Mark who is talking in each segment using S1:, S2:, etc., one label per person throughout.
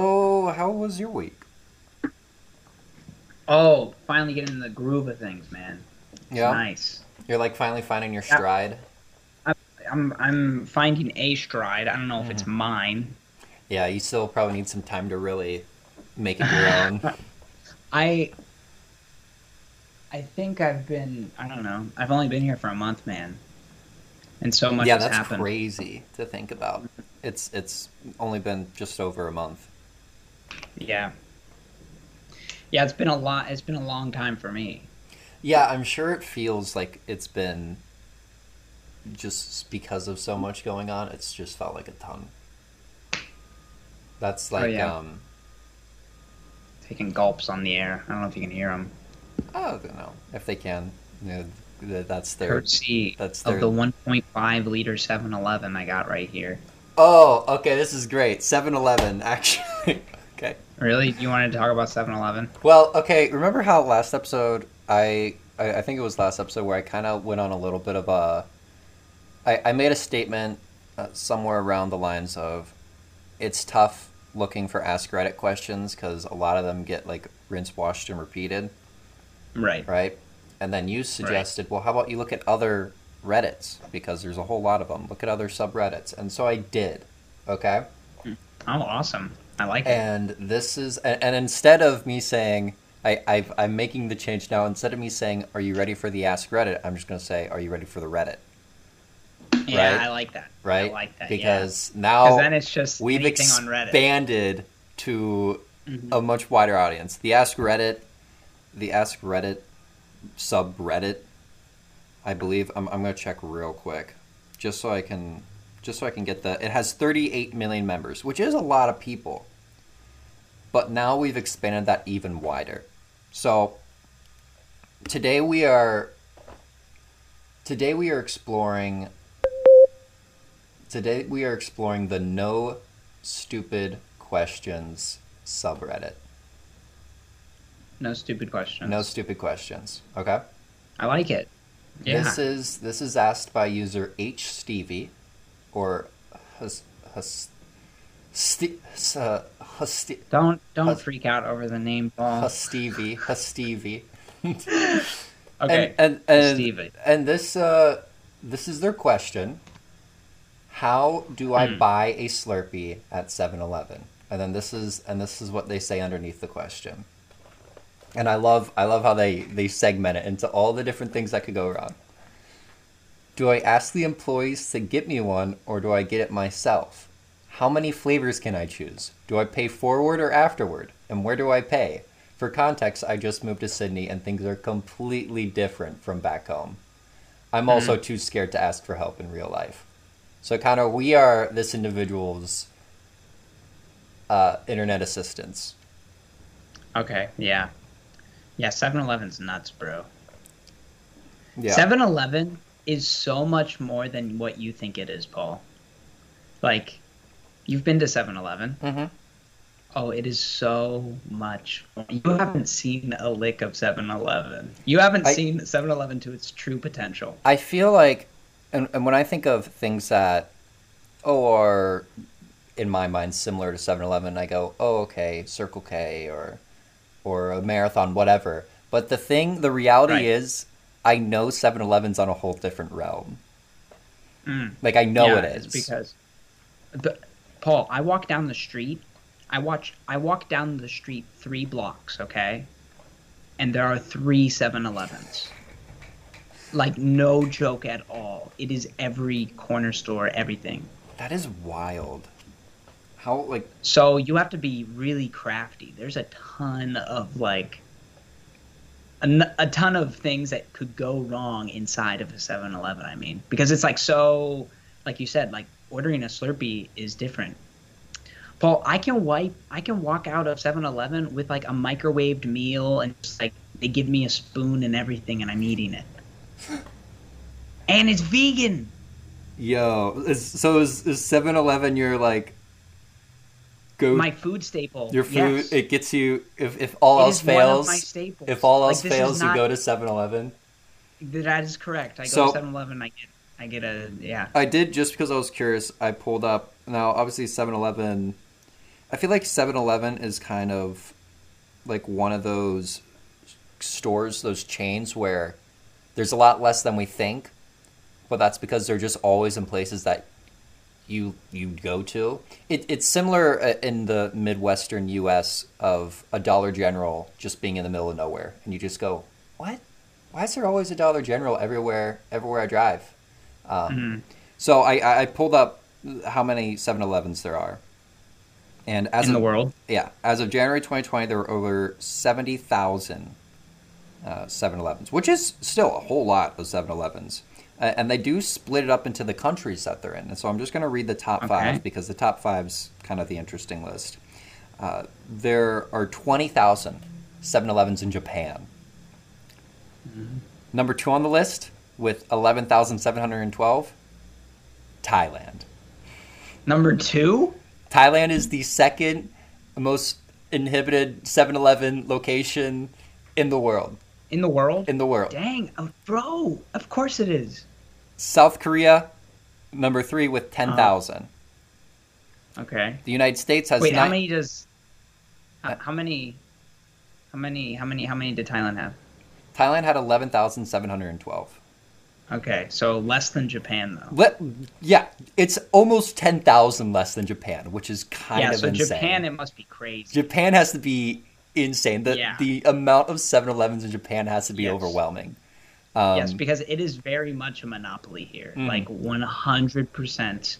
S1: how was your week?
S2: Oh, finally getting in the groove of things, man.
S1: Yeah,
S2: Nice.
S1: you're like finally finding your
S2: Yeah.
S1: stride.
S2: I'm I'm finding a stride. I don't know if it's mine.
S1: Yeah, you still probably need some time to really make it your own.
S2: I I think I've been I don't know. I've only been here for a month, man. And so much
S1: yeah,
S2: has
S1: that's
S2: happened.
S1: crazy to think about. It's it's only been just over a month.
S2: Yeah. Yeah, it's been a lot it's been a long time for me.
S1: Yeah, I'm sure it feels like it's been just because of so much going on, it's just felt like a ton. That's like
S2: Oh, yeah.
S1: um
S2: Taking gulps on the air. I don't know if you can hear them.
S1: I don't know if they can. Yeah, th- that's their
S2: Courtesy
S1: that's
S2: of
S1: their
S2: the 1.5 liter 7-Eleven I got right here.
S1: Oh, okay, this is great. 7-Eleven actually. okay.
S2: Really? You wanted to talk about 7-Eleven?
S1: Well, okay, remember how last episode I I, I think it was last episode where I kind of went on a little bit of a I, I made a statement uh, somewhere around the lines of it's tough looking for ask Reddit questions because a lot of them get like rinse, washed, and repeated,
S2: Right.
S1: right? And then you suggested, well, how about you look at other Reddits because there's a whole lot of them. Look at other subreddits, and so I did. Okay.
S2: Oh, awesome. I like it.
S1: And this is, and, and instead of me saying, I, I've, I'm making the change now, instead of me saying, Are you ready for the Ask Reddit? I'm just going to say, Are you ready for the Reddit?
S2: Uh, Yeah,
S1: right.
S2: I like that.
S1: Right?
S2: I like that. Because
S1: Because now
S2: then it's just
S1: we've
S2: anything on Reddit.
S1: expanded Oh. to
S2: Mhm.
S1: a much wider audience. The Ask Reddit, the Ask Reddit subreddit, I believe. I'm, I'm going to check real quick just so I can. Just so I can get the, it has 38 million members, which is a lot of people. But now we've expanded that even wider. So today we are today we are exploring today we are exploring the no stupid questions subreddit.
S2: No stupid questions.
S1: No stupid questions. Okay.
S2: I like it. Yeah.
S1: This is this is asked by user H Stevie, or has has. Sti- s- uh, Husti-
S2: don't don't
S1: Hus-
S2: freak out over the name Paul.
S1: Hustevie, Hustevie. And
S2: okay.
S1: and and,
S2: Stevie.
S1: and this uh, this is their question. How do I buy a Slurpee at 7-Eleven? And then this is and this is what they say underneath the question. And I love I love how they they segment it into all the different things that could go wrong. Do I ask the employees to get me one or do I get it myself? How many flavors can I choose? Do I pay forward or afterward? And where do I pay? For context, I just moved to Sydney and things are completely different from back home.
S2: Mm-hmm.
S1: I'm also too scared to ask for help in real life. So, kind of, we are this individual's uh, internet assistants.
S2: okay. Yeah. Yeah. 7-Eleven's nuts, bro.
S1: Yeah.
S2: 7-Eleven is so much more than what you think it is, Paul. Like, you've been to 7-Eleven.
S1: Mhm.
S2: Oh, it is so much. more. You haven't seen a lick of 7-Eleven. You haven't
S1: I-
S2: seen 7-Eleven to its true potential.
S1: I feel like, and, and when I think of things that, oh, are in my mind similar to 7 Eleven, I go, oh, okay, Circle K or, or a marathon, whatever. But the thing, the reality
S2: Right.
S1: is, I know 7 Eleven's on a whole different realm.
S2: Mm.
S1: Like, I know
S2: Yeah,
S1: it
S2: it's
S1: is.
S2: because the, Paul, I walk down the street. I watch. I walk down the street three blocks, okay, and there are three 7-Elevens. Like no joke at all. It is every corner store, everything.
S1: That is wild. How, like,
S2: So you have to be really crafty. There's a ton of like. A, n- a ton of things that could go wrong inside of a 7-Eleven. I mean, because it's like so, like you said, like ordering a Slurpee is different. Paul, I can wipe, I can walk out of 7-Eleven with like a microwaved meal and just like they give me a spoon and everything, and I'm eating it. And it's vegan.
S1: Yo, is, so is is Seven Eleven your like go
S2: My food staple.
S1: your food?
S2: yes.
S1: It gets you if if all
S2: It
S1: else
S2: is one of my
S1: fails.
S2: staples.
S1: If all
S2: Like,
S1: else
S2: this is
S1: fails,
S2: not-
S1: you go to Seven Eleven.
S2: That is correct. I go
S1: So-
S2: to 7-Eleven. I get, I get a yeah.
S1: I did just because I was curious. I pulled up now. Obviously, Seven Eleven. I feel like 7-Eleven is kind of like one of those stores, those chains where there's a lot less than we think, but that's because they're just always in places that you you go to. It, it's similar uh, in the midwestern U.S. of a Dollar General just being in the middle of nowhere, and you just go, "What? Why is there always a Dollar General everywhere everywhere I drive?"
S2: Mm-hmm.
S1: Um, So I- I, I pulled up how many 7-Elevens there are, and as
S2: in the
S1: of-
S2: world.
S1: yeah, as of January 2020, there were over 70,000 uh, 7-Elevens, which is still a whole lot of 7-Elevens. Uh, and they do split it up into the countries that they're in. And so I'm just going to read the top
S2: Okay.
S1: five because the top five's kind of the interesting list. Uh, there are 20,000 7-Elevens in Japan. Number two on the list with 11,712, Thailand.
S2: Number two,
S1: Thailand is the second most inhibited 7-Eleven location in the world.
S2: in the world.
S1: In the world.
S2: Dang, oh, bro! Of course it is.
S1: South Korea, number three with
S2: Uh-huh.
S1: 10,000.
S2: Okay.
S1: The United States has
S2: Wait, how
S1: nine-
S2: many does?
S1: Uh,
S2: How, how many? How many? How many? How many did Thailand have?
S1: Thailand had 11,712.
S2: Okay, so less than Japan though.
S1: Let, yeah, it's almost 10,000 less than Japan, which is kind
S2: yeah,
S1: of
S2: so
S1: insane.
S2: Japan, it must be crazy.
S1: Japan has to be insane. The,
S2: Yeah.
S1: the amount of 7-Elevens in Japan has to be
S2: Yes.
S1: overwhelming. Um,
S2: yes, because it is very much a monopoly here.
S1: Mhm.
S2: Like 100%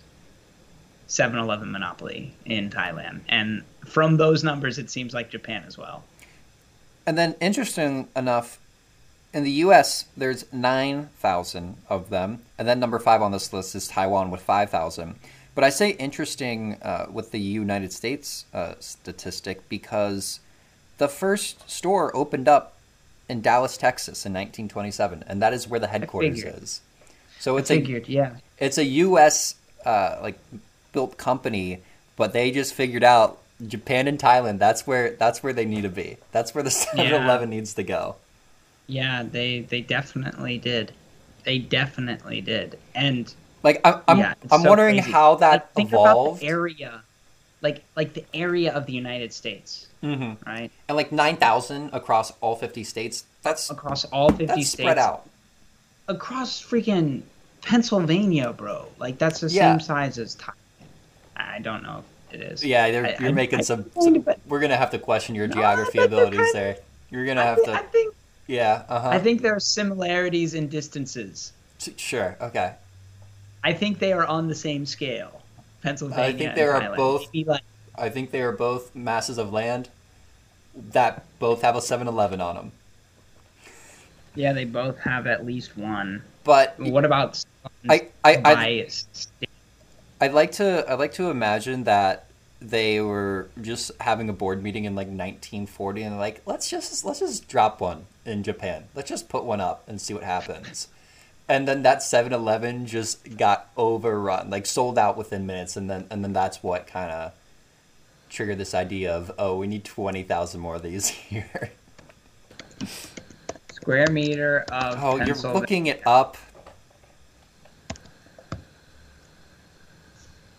S2: 7 Eleven monopoly in Thailand. And from those numbers, it seems like Japan as well.
S1: And then, interesting enough, in the U.S., there's nine thousand of them, and then number five on this list is Taiwan with five thousand. But I say interesting uh, with the United States uh, statistic because the first store opened up in Dallas, Texas, in 1927, and that is where the headquarters
S2: figured.
S1: is. So it's a
S2: Figured, yeah.
S1: it's a U.S. Uh, like built company, but they just figured out Japan and Thailand. That's where that's where they need to be. That's where the 7-Eleven needs to go.
S2: Yeah, they, they definitely did. They definitely did. And
S1: Like I, I'm
S2: yeah, it's
S1: I'm
S2: so
S1: wondering
S2: crazy.
S1: how that
S2: Like, think about
S1: evolved.
S2: the area. Like, like the area of the United States,
S1: hmm
S2: right?
S1: And like nine thousand across all fifty states. That's
S2: Across all 50
S1: that's
S2: states.
S1: spread out.
S2: across freaking Pennsylvania, bro. Like that's the
S1: Yeah.
S2: same size as Thailand. I don't know if it is.
S1: Yeah, you're,
S2: I-
S1: you're
S2: I-
S1: making
S2: I-
S1: some,
S2: I mean,
S1: some.
S2: but-
S1: We're gonna have to question your
S2: No,
S1: geography
S2: but they're
S1: abilities
S2: kind-
S1: there. You're gonna
S2: I,
S1: have
S2: thi-
S1: to.
S2: I think
S1: yeah. Uh huh.
S2: I think there are similarities in distances.
S1: Sure. Okay.
S2: I think they are on the same scale. Pennsylvania. and
S1: they are
S2: Thailand.
S1: both-
S2: Maybe like
S1: I think they are both masses of land that both have a 7-Eleven on them.
S2: yeah, they both have at least one.
S1: But
S2: What about
S1: I, I, I,
S2: by state?
S1: I'd like to I'd like to imagine that they were just having a board meeting in like 1940 and like let's just let's just drop one in Japan. Let's just put one up and see what happens. And then that 7-Eleven just got overrun, like sold out within minutes and then and then that's what kind of triggered this idea of oh, we need 20,000 more of these here.
S2: square meter of
S1: Oh, you're
S2: Pennsylvania?
S1: looking it up.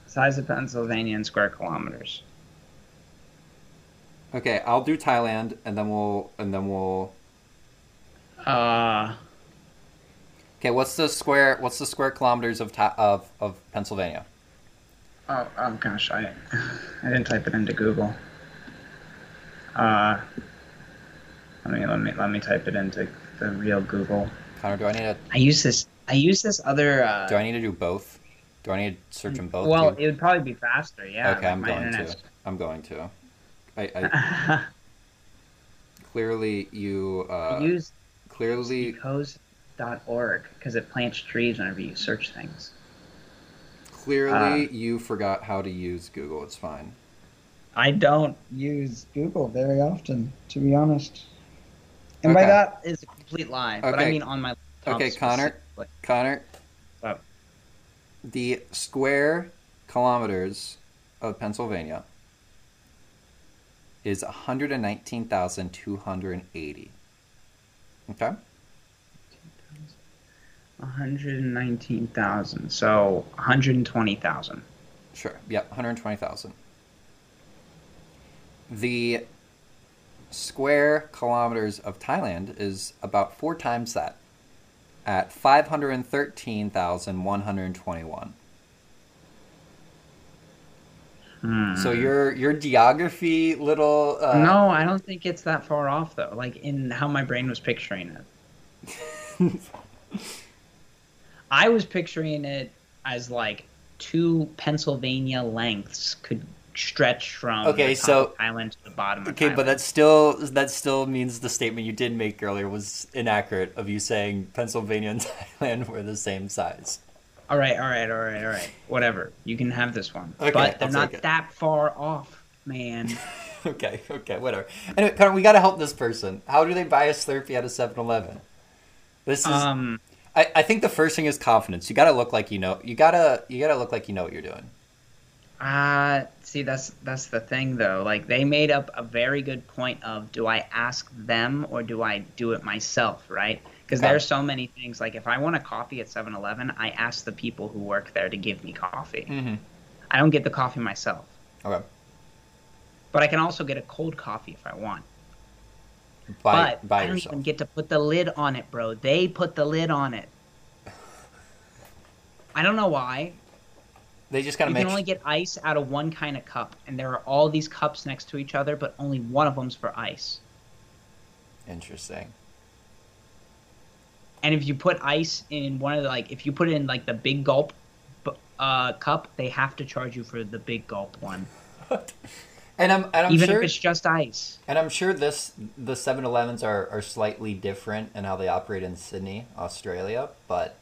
S2: size of Pennsylvania in square kilometers.
S1: Okay, I'll do Thailand and then we'll and then we'll
S2: Uh
S1: Okay, what's the square? What's the square kilometers of ta- of of Pennsylvania?
S2: Oh, oh gosh, I I didn't type it into Google. Uh, let me let me let me type it into the real Google.
S1: Connor, do I need to
S2: I use this I use this other. Uh,
S1: do I need to do both? Do I need to search them both?
S2: well,
S1: too?
S2: it would probably be faster. Yeah.
S1: okay,
S2: like
S1: I'm
S2: my
S1: going
S2: internet's-
S1: to. uh, I'm going to. I, I clearly you
S2: I
S1: uh,
S2: use
S1: clearly
S2: ecos.org because it plants trees whenever you search things.
S1: clearly you forgot how to use Google. It's fine.
S2: I don't use Google very often, to be honest. And
S1: And by
S2: by
S1: Okay.
S2: that is a complete lie, but I
S1: Okay.
S2: mean on my laptop
S1: Okay, Connor.
S2: specifically.
S1: Connor,
S2: Up.
S1: the square kilometers of Pennsylvania is 119,280. Okay?
S2: 119,000. So 120,000.
S1: Sure. Yep, 120,000. The square kilometers of Thailand is about four times that at 513,121.
S2: Hmm.
S1: So your your geography little uh,
S2: no, I don't think it's that far off though. Like in how my brain was picturing it. I was picturing it as like two Pennsylvania lengths could stretch from
S1: Okay,
S2: the top
S1: so-
S2: of Thailand to the bottom. Of
S1: Okay, but
S2: Thailand.
S1: that still that still means the statement you did make earlier was inaccurate of you saying Pennsylvania and Thailand were the same size.
S2: all right, all right, all right, all right. Whatever, you can have this one.
S1: Okay,
S2: but they're
S1: I'll
S2: not
S1: take it.
S2: that far off, man.
S1: Okay, okay, whatever. Anyway, Connor, we gotta help this person. How do they buy a Slurpee at a 7-Eleven? This is
S2: um,
S1: I, I think the first thing is confidence. You gotta look like you know you gotta you gotta look like you know what you're doing.
S2: Uh, see, that's that's the thing though. Like they made up a very good point of do I ask them or do I do it myself, right? Because
S1: Okay.
S2: there are so many things. Like if I want a coffee at 7-Eleven, I ask the people who work there to give me coffee.
S1: Mm-hmm.
S2: I don't get the coffee myself,
S1: Okay.
S2: but I can also get a cold coffee if I want.
S1: Buy
S2: but
S1: buy
S2: I don't
S1: yourself.
S2: even get to put the lid on it, bro. They put the lid on it. I don't know why.
S1: They just gotta
S2: You
S1: make
S2: can only get ice out of one kind of cup, and there are all these cups next to each other, but only one of them's for ice.
S1: interesting.
S2: And if you put ice in one of the like, if you put it in like the big gulp b- uh, cup, they have to charge you for the big gulp one,
S1: And I'm and I'm
S2: even
S1: sure
S2: if it's just ice.
S1: And I'm sure this the 7-Elevens are, are slightly different in how they operate in Sydney, Australia, but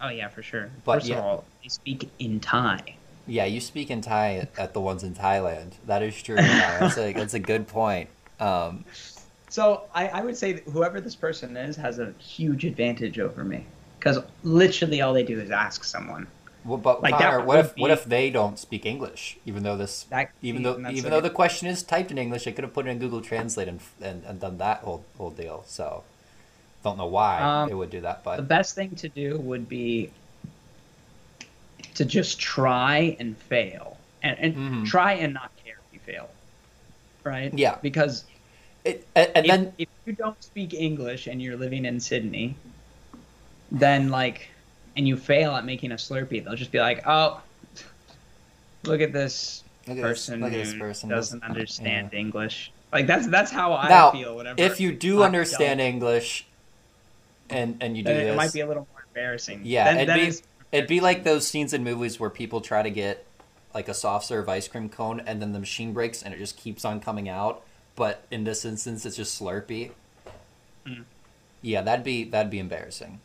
S2: Oh yeah, for sure.
S1: But
S2: First
S1: yeah.
S2: of all, they speak in Thai.
S1: yeah, you speak in Thai at, at the ones in Thailand. That is true. Kyle. That's a that's a good point. Um,
S2: So I, I would say that whoever this person is has a huge advantage over me, because literally all they do is ask someone.
S1: well, but
S2: Like, that
S1: Connor, what
S2: would
S1: if what
S2: be-
S1: if they don't speak English? Even though this,
S2: That
S1: even though
S2: and that's
S1: even
S2: like-
S1: though the question is typed in English, they could have put it in Google Translate and and, and done that whole whole deal. So, don't know why
S2: Um,
S1: they would do that,
S2: The
S1: but
S2: best thing to do would be to just try and fail, and, and
S1: Mhm.
S2: try and not care if you fail, right?
S1: Yeah.
S2: Because
S1: it, and, and
S2: if,
S1: then
S2: if you don't speak English and you're living in Sydney, then like, and you fail at making a Slurpee, they'll just be like, "Oh, look at this
S1: Look at this-
S2: person
S1: look at this
S2: who
S1: person,
S2: doesn't
S1: doesn't-
S2: understand English." Like that's that's how I
S1: Now,
S2: feel. Whenever
S1: if you
S2: I
S1: do
S2: don't.
S1: understand English, and and you do
S2: then it
S1: this,
S2: might be a little more embarrassing.
S1: Yeah,
S2: Then-
S1: it'd
S2: then
S1: be-
S2: it's-
S1: It'd be like those scenes in movies where people try to get like a soft serve ice cream cone and then the machine breaks and it just keeps on coming out. But in this instance, it's just Slurpee.
S2: Mm.
S1: Yeah, that'd be that'd be embarrassing.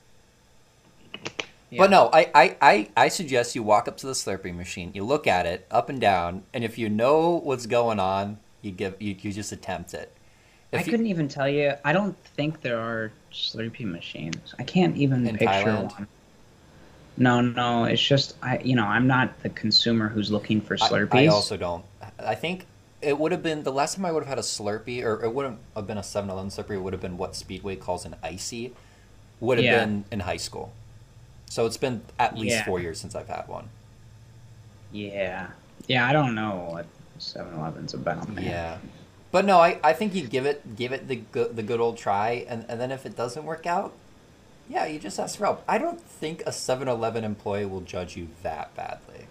S2: yeah.
S1: But no, I, I, I, I suggest you walk up to the Slurpee machine, you look at it up and down, and if you know what's going on, you give you, you just attempt it. If
S2: I
S1: you-
S2: couldn't even tell you. I don't think there are Slurpee machines. I can't even
S1: In
S2: picture
S1: Thailand?
S2: one. No, no, it's just I. You know, I'm not the consumer who's looking for
S1: I-
S2: Slurpees.
S1: I, also don't. I think it would have been the last time I would have had a Slurpee, or it wouldn't have been a 7 Eleven Slurpee, it would have been what Speedway calls an icy, would have
S2: Yeah.
S1: been in high school. So it's been at least
S2: Yeah.
S1: four years since I've had one.
S2: yeah, yeah, I don't know what 7-Eleven's about. Man.
S1: Yeah. But no, I, I think you give it give it the good, the good old try, and, and then if it doesn't work out, yeah, you just ask for help. I don't think a 7 Eleven employee will judge you that badly.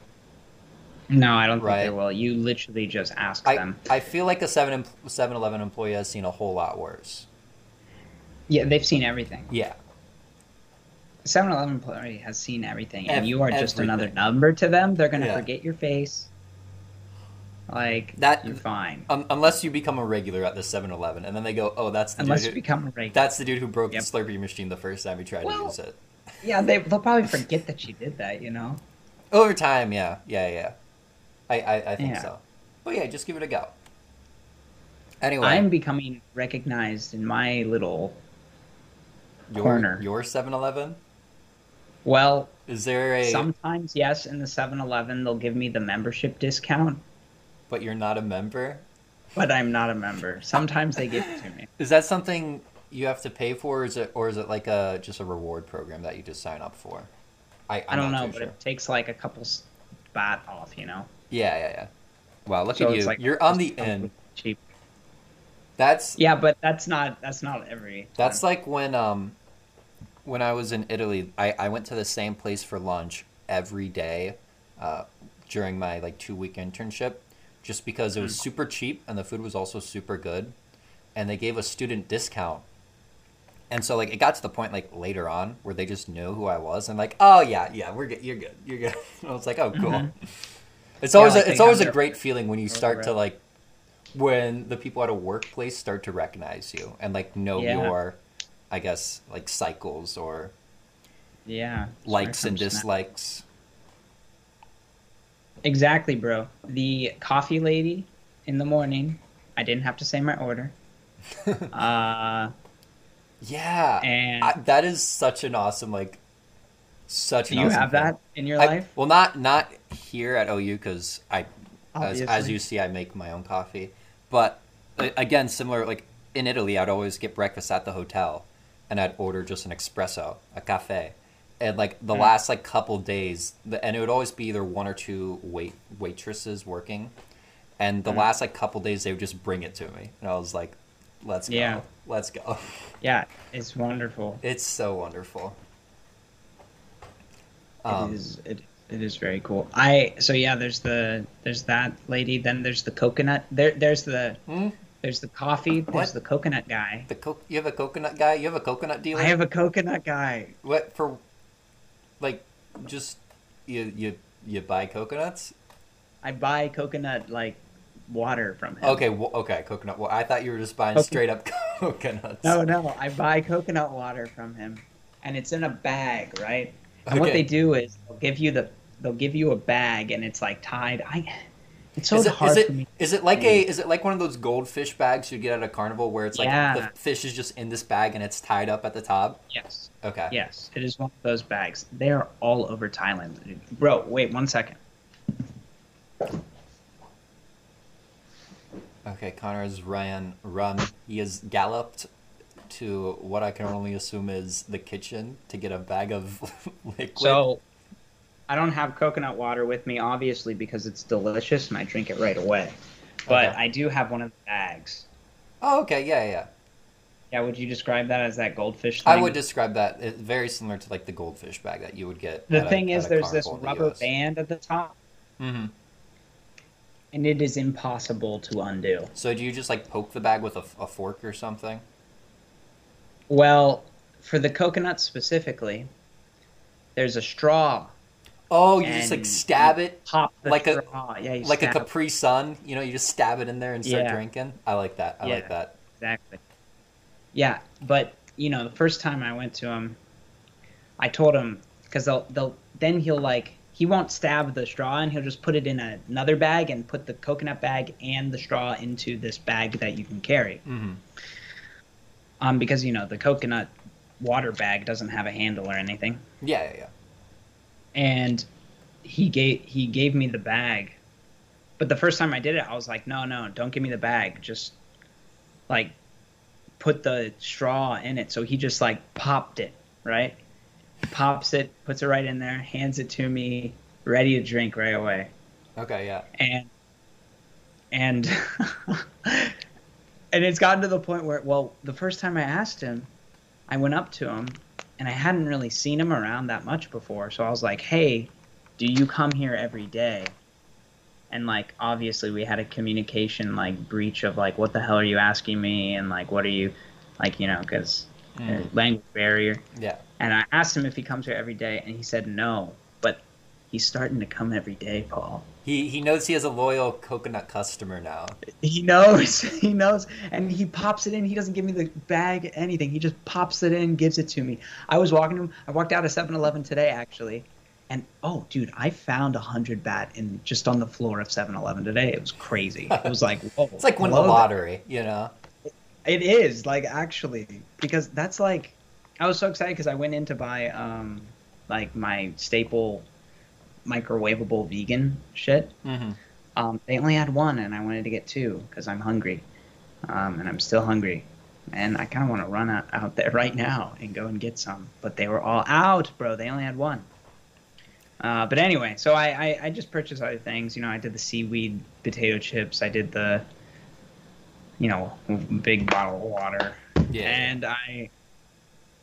S2: No, I don't
S1: Right.
S2: think they will. You literally just ask
S1: I,
S2: them.
S1: I feel like a 7 Eleven employee has seen a whole lot worse.
S2: Yeah, they've seen everything.
S1: Yeah.
S2: 7-Eleven employee has seen everything, and
S1: Ev-
S2: you are just another
S1: everything.
S2: number to them. They're gonna
S1: Yeah.
S2: forget your face. Like
S1: That-
S2: you're fine.
S1: Um, unless you become a regular at the 7-Eleven, and then they go, "Oh, that's the
S2: Unless you
S1: dude. Who,
S2: become a regular.
S1: that's the dude who broke
S2: Yep.
S1: the Slurpee machine the first time he tried to
S2: Well-
S1: use it."
S2: Yeah, they, they'll probably forget that you did that, you know?
S1: Over time, yeah, yeah, yeah. I, I, I think
S2: Yeah.
S1: so. But yeah, just give it a go. Anyway,
S2: I'm becoming recognized in my little.
S1: your
S2: corner.
S1: your 7-Eleven.
S2: Well,
S1: Is there a?
S2: sometimes, yes, in the 7 Eleven, they'll give me the membership discount,
S1: But you're not a member.
S2: but I'm not a member. Sometimes they give it to me.
S1: Is that something you have to pay for, or is it, or is it like a just a reward program that you just sign up for? I, I'm
S2: I don't
S1: not
S2: know,
S1: too
S2: but
S1: sure.
S2: it takes like a couple spot off, you know?
S1: Yeah, yeah, yeah. Wow, look
S2: So
S1: at
S2: it's
S1: you.
S2: like-
S1: you're on the end.
S2: Cheap.
S1: That's
S2: Yeah, but that's not that's not every.
S1: that's
S2: time.
S1: like when um when I was in Italy, I, I went to the same place for lunch every day uh, during my like two week internship just because it
S2: Hmm.
S1: was super cheap and the food was also super good and they gave a student discount. And so like it got to the point like later on where they just knew who I was and like, "Oh yeah, yeah, we're good. You're good. You're good." And I was like, "Oh, cool." It's
S2: Mm-hmm. Yeah,
S1: always
S2: like
S1: a,
S2: they
S1: it's
S2: have
S1: always a
S2: their-
S1: great feeling when you start to
S2: rep.
S1: like when the people at a workplace start to recognize you and like know
S2: Yeah.
S1: your I guess like cycles or
S2: yeah
S1: likes and
S2: dislikes.
S1: dislikes.
S2: Exactly, bro. The coffee lady in the morning. I didn't have to say my order. uh,
S1: Yeah.
S2: and
S1: I, that is such an awesome like such
S2: do
S1: an
S2: you
S1: awesome
S2: have
S1: thing.
S2: that in your
S1: I-
S2: life?
S1: Well, not not here at OU because I, as, as
S2: Obviously.
S1: you see, I make my own coffee. But a- again, similar like in Italy, I'd always get breakfast at the hotel, and I'd order just an espresso, a cafe, and like
S2: Hmm.
S1: the last like couple days, the, and it would always be either one or two wait waitresses working, and
S2: Hmm.
S1: the last like couple days they would just bring it to me, and I was like, let's go,
S2: Yeah.
S1: let's go.
S2: Yeah, it's wonderful.
S1: It's so wonderful. Um,
S2: it is. It, it is very cool. I so yeah. There's the there's that lady. Then there's the coconut. There there's the
S1: Hmm?
S2: there's the coffee. There's
S1: What?
S2: the coconut guy.
S1: The co- you have a coconut guy. You have a coconut dealer.
S2: I have a coconut guy.
S1: What for? Like, just you you you buy coconuts?
S2: I buy coconut like water from him.
S1: Okay, well, okay, coconut. Well, I thought you were just buying
S2: Okay.
S1: straight up coconuts.
S2: No, no, I buy coconut water from him, and it's in a bag, right? And what
S1: Okay.
S2: they do is they'll give you the they'll give you a bag, and it's like tied. I it's so
S1: is it,
S2: hard
S1: is it,
S2: for me.
S1: is it like a is it like one of those goldfish bags you get at a carnival where it's like
S2: Yeah.
S1: the fish is just in this bag and it's tied up at the top?
S2: Yes,
S1: Okay.
S2: yes, it is one of those bags. They are all over Thailand, dude. bro. Wait one second.
S1: Okay, Connor has ran run. He has galloped to what I can only assume is the kitchen to get a bag of liquid.
S2: So I don't have coconut water with me, obviously, because it's delicious and I drink it right away. But
S1: Okay.
S2: I do have one of the bags.
S1: oh, okay, yeah, yeah, yeah.
S2: Yeah, would you describe that as that goldfish? Thing?
S1: I would describe that it's very similar to like the goldfish bag that you would get.
S2: The
S1: at a-
S2: thing
S1: at
S2: is,
S1: a
S2: there's this
S1: carnival in the
S2: rubber
S1: US.
S2: band at the top.
S1: Mhm.
S2: and it is impossible to undo.
S1: So do you just like poke the bag with a, a fork or something?
S2: Well, for the coconut specifically, there's a straw.
S1: Oh, you just
S2: And
S1: like stab it
S2: Pop the
S1: Like a-
S2: straw. yeah, you
S1: like a
S2: stab-
S1: Capri Sun. You know, you just stab it in there and start
S2: Yeah.
S1: drinking. I like that. I like
S2: Yeah.
S1: that.
S2: exactly. Yeah, but you know, the first time I went to him, I told him because they'll they'll then he'll like he won't stab the straw and he'll just put it in another bag and put the coconut bag and the straw into this bag that you can carry.
S1: hmm
S2: Um, because you know the coconut water bag doesn't have a handle or anything.
S1: Yeah, yeah, yeah.
S2: and he gave he gave me the bag but the first time i did it i was like no no don't give me the bag just like put the straw in it so he just like popped it right pops it puts it right in there hands it to me ready to drink right away
S1: Okay, yeah.
S2: and and and it's gotten to the point where well the first time i asked him i went up to him and i hadn't really seen him around that much before so i was like hey do you come here every day and like obviously we had a communication like breach of like what the hell are you asking me and like what are you like you know because
S1: Mm.
S2: language barrier
S1: Yeah.
S2: and i asked him if he comes here every day and he said no but he's starting to come every day paul
S1: He he knows he has a loyal coconut customer now.
S2: He knows. He knows. And he pops it in. He doesn't give me the bag, anything. He just pops it in, gives it to me. I was walking to him. I walked out of 7 Eleven today, actually. And oh, dude, I found a 100 bat in just on the floor of 7 Eleven today. It was crazy. It was like, whoa.
S1: It's like winning the lottery, you know.
S2: It is, like, actually. Because that's like, I was so excited because I went in to buy, um, like, my staple microwavable vegan shit.
S1: Mm-hmm.
S2: Um, they only had one, and I wanted to get two because I'm hungry, um, and I'm still hungry, and I kind of want to run out, out there right now and go and get some. But they were all out, bro. They only had one. Uh, but anyway, so I, I I just purchased other things. You know, I did the seaweed potato chips. I did the you know, big bottle of water.
S1: Yeah.
S2: And I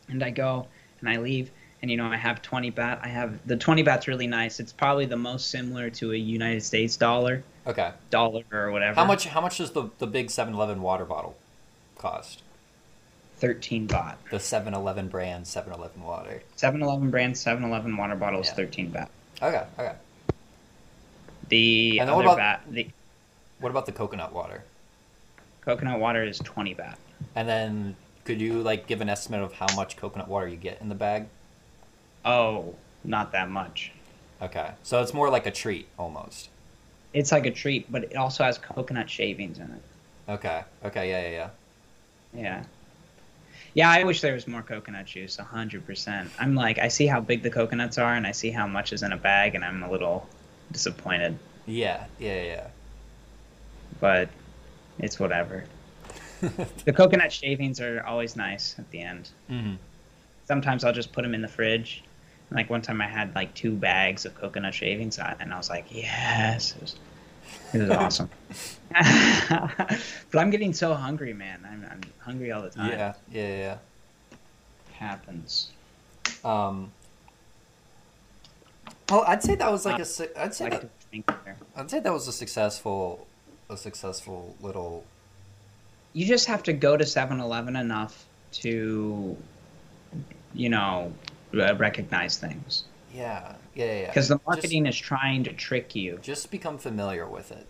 S2: and I go and I leave and you know I have 20 bat. I have the 20 bat's really nice. It's probably the most similar to a United States dollar,
S1: Okay.
S2: dollar or whatever.
S1: How much? How much does the the big 7-Eleven water bottle cost?
S2: 13 baht.
S1: The 7-Eleven brand 7-Eleven water.
S2: 7-Eleven brand 7-Eleven water bottle is
S1: Yeah.
S2: 13 baht.
S1: Okay. Okay.
S2: The
S1: And then
S2: other
S1: what
S2: bat,
S1: about-
S2: the
S1: What about the coconut water?
S2: coconut water is 20 baht.
S1: And then could you like give an estimate of how much coconut water you get in the bag?
S2: Oh, not that much.
S1: Okay. So it's more like a treat almost.
S2: It's like a treat, but it also has coconut shavings in it.
S1: Okay. Okay. Yeah. Yeah. Yeah.
S2: Yeah. Yeah, I wish there was more coconut juice, 100%. I'm like, I see how big the coconuts are and I see how much is in a bag, and I'm a little disappointed,
S1: Yeah. Yeah. Yeah.
S2: but it's whatever.
S1: yeah.
S2: The coconut shavings are always nice at the end.
S1: hmm
S2: Sometimes I'll just put them in the fridge. Like one time I had like two bags of coconut shavings, I- and I was like, yes, it was, it was awesome. but I'm getting so hungry, man. I'm, I'm hungry all the time.
S1: Yeah. Yeah. Yeah.
S2: Happens.
S1: Um, well, I'd say that was like a. su- I'd say
S2: Like
S1: that,
S2: to drink there.
S1: I'd say that was a successful, a successful little.
S2: you just have to go to 7-Eleven enough to, you know, uh, recognize things
S1: Yeah, yeah, yeah. yeah.
S2: because the
S1: Just-
S2: marketing is trying to trick you.
S1: Just, become familiar with it.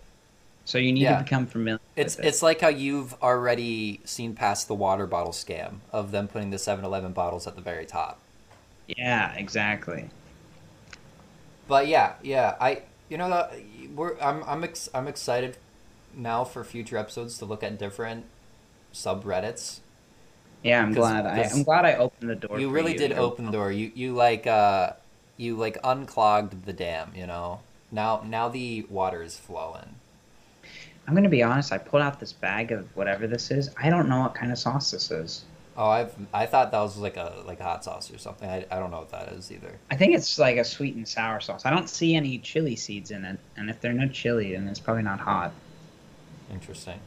S2: So you need
S1: Yeah.
S2: to become familiar.
S1: It's
S2: with it.
S1: it's like how you've already seen past the water bottle scam of them putting the 7-Eleven bottles at the very top.
S2: yeah, exactly.
S1: But yeah, yeah, I you know that we're I'm I'm ex- I'm excited now for future episodes to look at different subreddits
S2: Yeah, I'm
S1: 'Cause-
S2: glad. I,
S1: 'cause
S2: I'm glad I opened the door.
S1: you
S2: for
S1: really did
S2: You're
S1: open the door you you like uh you like unclogged the dam you know now now the water is flowing
S2: I'm gonna be honest. I pulled out this bag of whatever this is. I don't know what kind of sauce this is.
S1: oh i've i thought that was like a like hot sauce or something i, I don't know what that is either
S2: I think it's like a sweet and sour sauce. I don't see any chili seeds in it, and if they're no chili, then it's probably not hot.
S1: interesting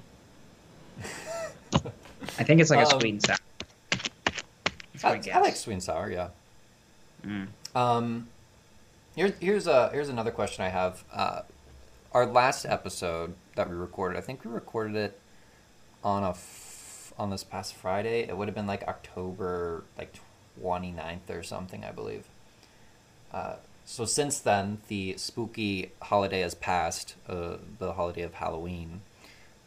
S2: I think it's like a
S1: Um,
S2: sweet and sour. That's
S1: I,
S2: my
S1: I
S2: guess.
S1: like sweet and sour yeah
S2: Mm.
S1: um here's here's a here's another question i have uh our last episode that we recorded i think we recorded it on a f- on this past friday it would have been like october like 29th or something i believe Uh, so since then, the spooky holiday has passed, uh, the holiday of Halloween.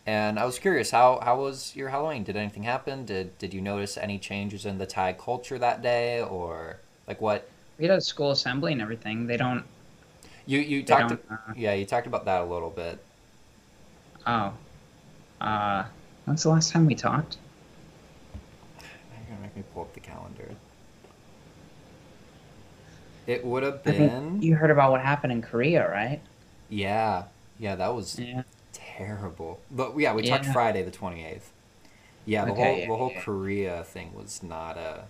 S1: And I was curious, how, how was your Halloween? Did anything happen? Did did you notice any changes in the Thai culture that day, or like what
S2: we had a school assembly and everything. They don't.
S1: you you
S2: They
S1: talked?
S2: don't. Uh,
S1: yeah, you talked about that a little bit.
S2: oh. Uh, when's the last time we talked?
S1: You're gonna make me pull up the calendar. It would have
S2: I think
S1: been
S2: you heard about what happened in Korea, right?
S1: yeah yeah that was
S2: Yeah.
S1: terrible. But yeah, we talked
S2: Yeah.
S1: Friday the twenty eighth. Yeah, the
S2: Okay,
S1: whole
S2: yeah,
S1: the whole
S2: yeah.
S1: Korea thing was not a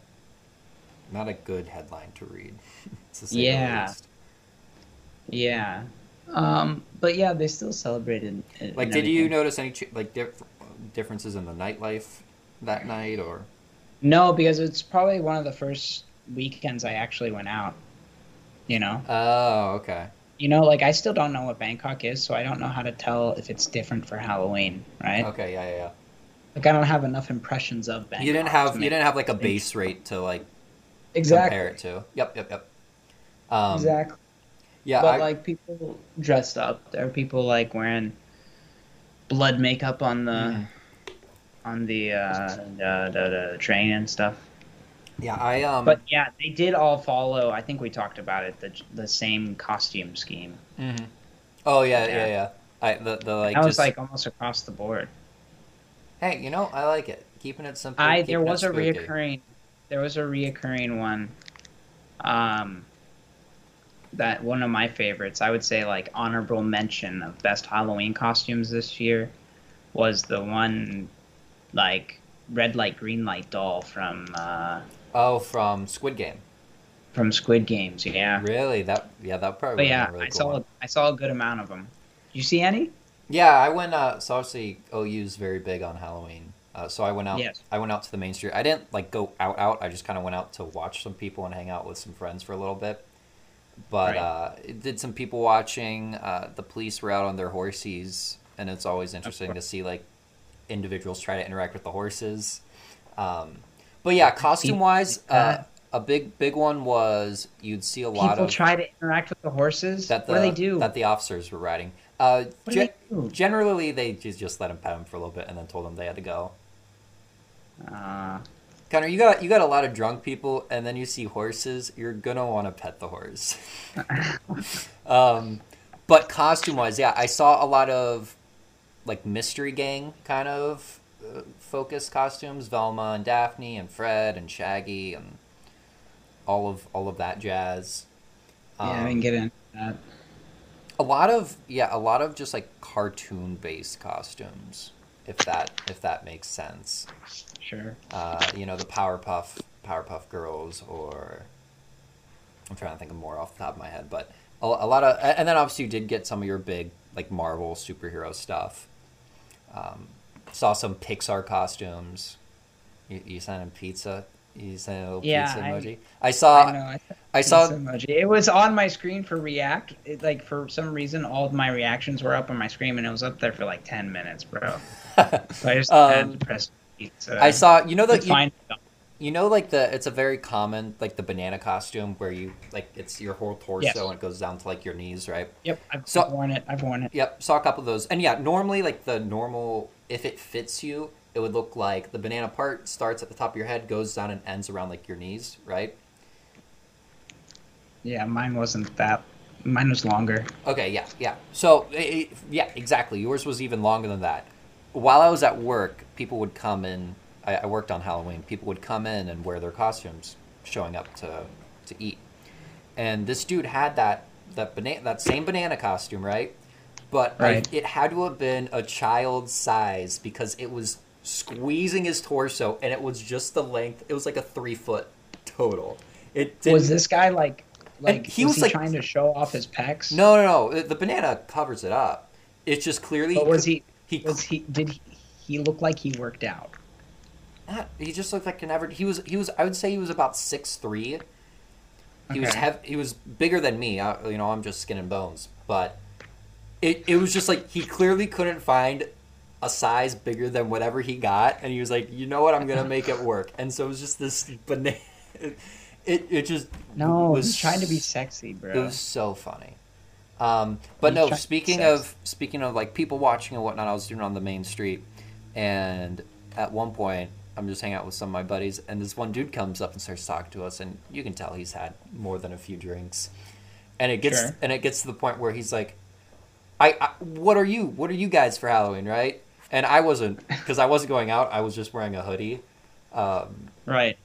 S1: not a good headline to read. to say the
S2: Yeah.
S1: least.
S2: Yeah. Um, but yeah, they still celebrated. and-
S1: Like,
S2: and
S1: did you
S2: everything.
S1: notice any ch- like diff- differences in the nightlife that night or?
S2: No, because it's probably one of the first weekends I actually went out. You know,
S1: Oh, okay.
S2: you know, like I still don't know what Bangkok is, so I don't know how to tell if it's different for Halloween, right?
S1: Okay, yeah, yeah. yeah.
S2: Like I don't have enough impressions of Bangkok.
S1: You didn't
S2: to
S1: have you
S2: make-
S1: didn't have like a base rate to like
S2: exactly
S1: compare it to. Yep, yep, yep. Um,
S2: exactly.
S1: Yeah,
S2: but
S1: I,
S2: like people dressed up. There are people like wearing blood makeup on the
S1: Mhm.
S2: on the, uh, the, the the train and stuff.
S1: yeah, I um.
S2: But yeah, they did all follow. I think we talked about it. The the same costume scheme.
S1: mhm. Oh yeah, yeah,
S2: Yeah.
S1: yeah. I the the like.
S2: that was
S1: just,
S2: like almost across the board.
S1: Hey, you know, I like it. Keeping it simple.
S2: I
S1: keeping
S2: there
S1: it
S2: was a
S1: spooky.
S2: reoccurring there was a reoccurring one. Um. That one of my favorites, I would say, like honorable mention of best Halloween costumes this year, was the one, like red light green light doll from uh,
S1: Oh, from Squid Game.
S2: from Squid Games. Yeah,
S1: Really? That yeah, that probably would've been
S2: But yeah,
S1: a really
S2: I
S1: cool
S2: saw
S1: one.
S2: I saw a good amount of them. You see any?
S1: Yeah, I went. Uh, so obviously, OU's very big on Halloween. Uh, so I went out.
S2: Yes.
S1: I went out to the main street. I didn't like go out out. I just kind of went out to watch some people and hang out with some friends for a little bit. But
S2: Right.
S1: uh, it did some people watching. Uh, the police were out on their horses, and it's always interesting to see like individuals try to interact with the horses. Um, but yeah, costume wise, uh,
S2: that.
S1: a big big one was you'd see a lot
S2: People
S1: of
S2: try to interact with the horses.
S1: that the
S2: what do they do?
S1: that the officers were riding. Uh,
S2: What do
S1: gen-
S2: they do?
S1: generally, they ju- just let them pet them for a little bit and then told them they had to go.
S2: Uh,
S1: Connor, you got you got a lot of drunk people, and then you see horses. You're gonna want to pet the horse. um, but costume wise, yeah, I saw a lot of like mystery gang kind of uh, focused costumes: Velma and Daphne and Fred and Shaggy and all of all of that jazz.
S2: yeah, I
S1: Um,
S2: didn't get into that.
S1: a lot of yeah a lot of just like cartoon based costumes if that if that makes sense
S2: Sure.
S1: uh, you know the powerpuff powerpuff girls or i'm trying to think of more off the top of my head but a, a lot of and then obviously you did get some of your big like marvel superhero stuff um, saw some pixar costumes you, you sent him pizza you sent a little
S2: Yeah,
S1: pizza
S2: I-
S1: emoji i saw
S2: I know. I,
S1: I saw
S2: Pizza emoji. It was on my screen for React. It, like for some reason, all of my reactions were up on my screen, and it was up there for like ten minutes, bro. So I just
S1: Um,
S2: had to press pizza.
S1: i saw you know
S2: to
S1: that you,
S2: find it.
S1: You know, like the it's a very common like the banana costume where you like it's your whole torso
S2: Yes.
S1: and it goes down to like your knees, right?
S2: Yep, I've
S1: So-
S2: worn it. I've worn it.
S1: Yep, saw a couple of those. And yeah, normally like the normal if it fits you, it would look like the banana part starts at the top of your head, goes down and ends around like your knees, right?
S2: Yeah, mine wasn't that. Mine was longer.
S1: Okay, yeah, yeah. So, i i yeah, exactly. Yours was even longer than that. While I was at work, people would come in. I, I worked on Halloween. People would come in and wear their costumes, showing up to to eat. And this dude had that that banana that same banana costume, right? But I-
S2: Right.
S1: it had to have been a child's size because it was squeezing his torso, and it was just the length. It was like a three foot total. It didn't,
S2: was this guy like, like
S1: he
S2: he
S1: was,
S2: was,
S1: like-
S2: he trying to show off his pecs?
S1: No, no, no. The banana covers it up. It's just clearly.
S2: But was he?
S1: He
S2: Was he? Did he? He looked like he worked out.
S1: not, he just looked like an average. He was. He was. I would say he was about six three. He was
S2: Okay.
S1: hev- He was bigger than me. I, you know, I'm just skin and bones. But it. It was just like he clearly couldn't find a size bigger than whatever he got, and he was like, you know what, I'm gonna make it work. And so it was just this banana. It. It just.
S2: No,
S1: was
S2: he's trying to be sexy, bro.
S1: It was so funny. Um, but
S2: He's
S1: no,
S2: trying to
S1: speaking
S2: sex.
S1: of speaking of like people watching and whatnot, I was doing it on the main street, and at one point I'm just hanging out with some of my buddies, and this one dude comes up and starts talking to us, and you can tell he's had more than a few drinks, and it gets
S2: Sure.
S1: and it gets to the point where he's like, I, I what are you? What are you guys for Halloween, right?" And I wasn't because I wasn't going out. I was just wearing a hoodie, um,
S2: right.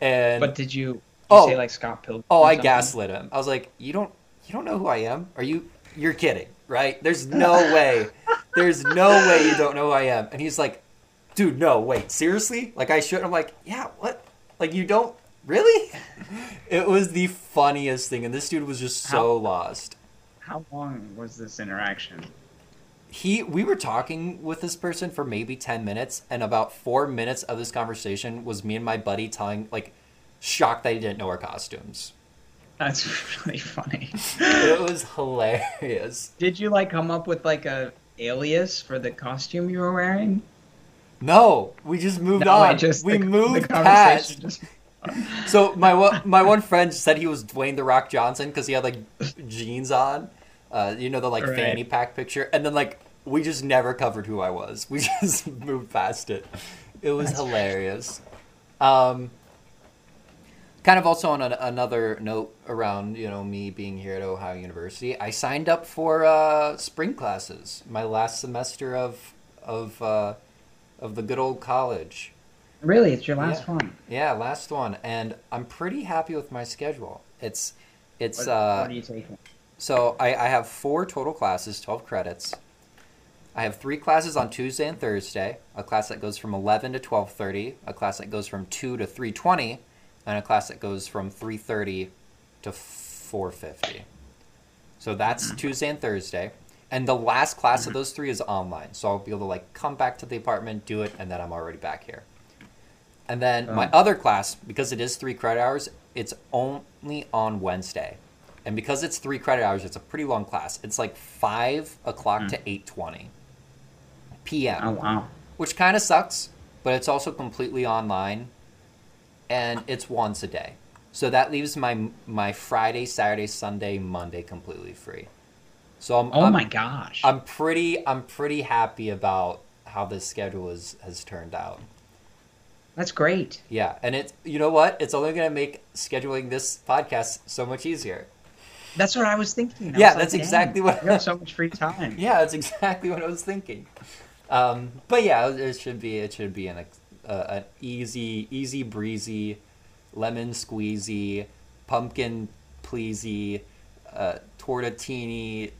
S1: and
S2: But did you? did you
S1: Oh.
S2: say like Scott Pilgrim.
S1: Oh,
S2: or
S1: I
S2: something?
S1: gaslit him. I was like, "You don't, you don't know who I am? Are you? You're kidding, right? There's no way. There's no way you don't know who I am." And he's like, "Dude, no, wait, seriously? Like I should?" I'm like, "Yeah, what? Like you don't really?" It was the funniest thing, and this dude was just so
S2: How-
S1: lost.
S2: How long was this interaction?
S1: He, we were talking with this person for maybe ten minutes, and about four minutes of this conversation was me and my buddy telling, like, shocked that he didn't know our costumes.
S2: That's really funny.
S1: It was hilarious.
S2: Did you like come up with like a alias for the costume you were wearing?
S1: No, we just moved on.
S2: I just-
S1: we
S2: the- the
S1: moved past.
S2: conversation just-
S1: So my one, my one friend said he was Dwayne the Rock Johnson because he had like jeans on, uh, you know the like
S2: Right.
S1: fanny pack picture, and then like we just never covered who I was. We just moved past it. It was hilarious. Um, kind of also on an, another note around you know me being here at Ohio University, I signed up for uh, spring classes my last semester of of uh, of the good old college.
S2: Really, it's your last one.
S1: Yeah, last one, and I'm pretty happy with my schedule. It's, it's
S2: What,
S1: uh,
S2: what are you taking?
S1: so I, I have four total classes, twelve credits. I have three classes on Tuesday and Thursday. A class that goes from eleven to twelve thirty. A class that goes from two to three twenty, and a class that goes from three thirty to four fifty. So that's Tuesday and Thursday, And the last class of those three is online, so I'll be able to like come back to the apartment, do it, and then I'm already back here. And then my other class, because it is three credit hours, it's only on Wednesday, and because it's three credit hours, it's a pretty long class. It's like five o'clock to eight twenty p.m
S2: Hmm. Oh wow.
S1: which kind of sucks, but it's also completely online, and it's once a day. So that leaves my my Friday, Saturday, Sunday, Monday completely free. So I'm
S2: Oh
S1: I'm,
S2: my gosh.
S1: I'm pretty I'm pretty happy about how this schedule is has turned out.
S2: That's great.
S1: Yeah, and it's you know what? It's only going to make scheduling this podcast so much easier.
S2: That's what I was thinking. I
S1: Yeah,
S2: was
S1: that's
S2: "Dang,
S1: exactly what-
S2: You have so much free time.
S1: Yeah, that's exactly what I was thinking. Um, but yeah, it- it should be it should be an ex- uh, an easy easy breezy, lemon squeezy, pumpkin pleasy, uh, tortatini,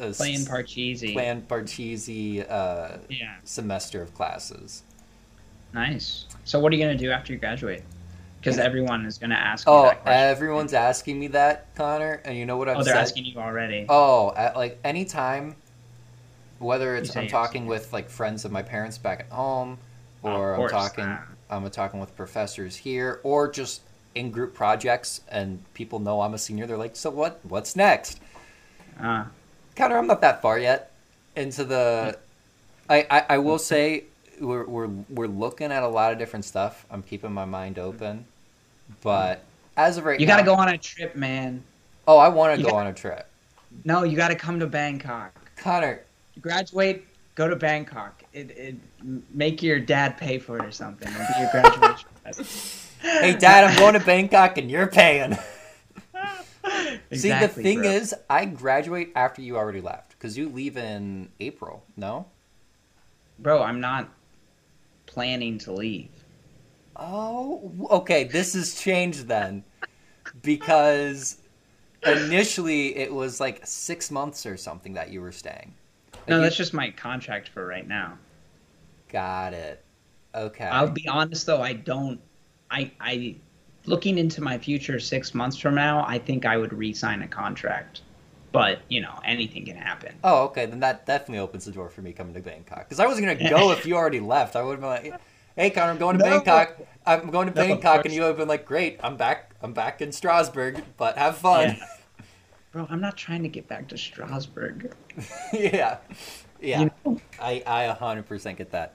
S1: uh, s-
S2: Playing Parcheesi.
S1: plan parcheesi uh,
S2: Yeah.
S1: semester of classes.
S2: Nice. So what are you gonna do after you graduate? Because everyone is gonna ask. you
S1: Oh,
S2: that question.
S1: everyone's asking me that, Connor, and you know what I've
S2: oh, they're
S1: said.
S2: asking you already.
S1: Oh, at like any time, whether it's
S2: say
S1: I'm
S2: yes.
S1: talking with like friends of my parents back at home,
S2: Of
S1: or I'm
S2: course,
S1: talking
S2: ah.
S1: I'm talking with professors here, or just in group projects, and people know I'm a senior. They're like, "So what? What's next?"
S2: Uh,
S1: Connor, I'm not that far yet into the.
S2: Hmm.
S1: I I, I will say we're we're we're looking at a lot of different stuff. I'm keeping my mind
S2: Hmm.
S1: open, but as of right
S2: you
S1: now,
S2: gotta go on a trip, man.
S1: Oh, I want to
S2: you
S1: go
S2: got-
S1: on a trip,
S2: No, you gotta come to Bangkok.
S1: Connor.
S2: Graduate, go to Bangkok. It, it make your dad pay for it or something. It'll be your graduation.
S1: Hey, Dad, I'm going to Bangkok, and you're paying. See, the
S2: Exactly,
S1: thing
S2: bro.
S1: is, I graduate after you already left because you leave in April. No.
S2: bro, I'm not planning to leave.
S1: Oh, w- okay. This has changed then, because initially it was like six months or something that you were staying. Like,
S2: No,
S1: you-
S2: that's just my contract for right now.
S1: got it. Okay.
S2: I'll be honest though, I don't. I I looking into my future six months from now, I think I would re-sign a contract. But you know, anything can happen.
S1: Oh, okay. Then that definitely opens the door for me coming to Bangkok because I wasn't gonna go if you already left. I would have been like, "Hey, Connor, I'm going to
S2: No.
S1: Bangkok. I'm going to
S2: No, of
S1: Bangkok," and
S2: course.
S1: you would have been like, "Great, I'm back. I'm back in Strasbourg, but have fun."
S2: Yeah. Bro, I'm not trying to get back to Strasbourg.
S1: yeah, yeah.
S2: You know?
S1: I I a hundred percent get that.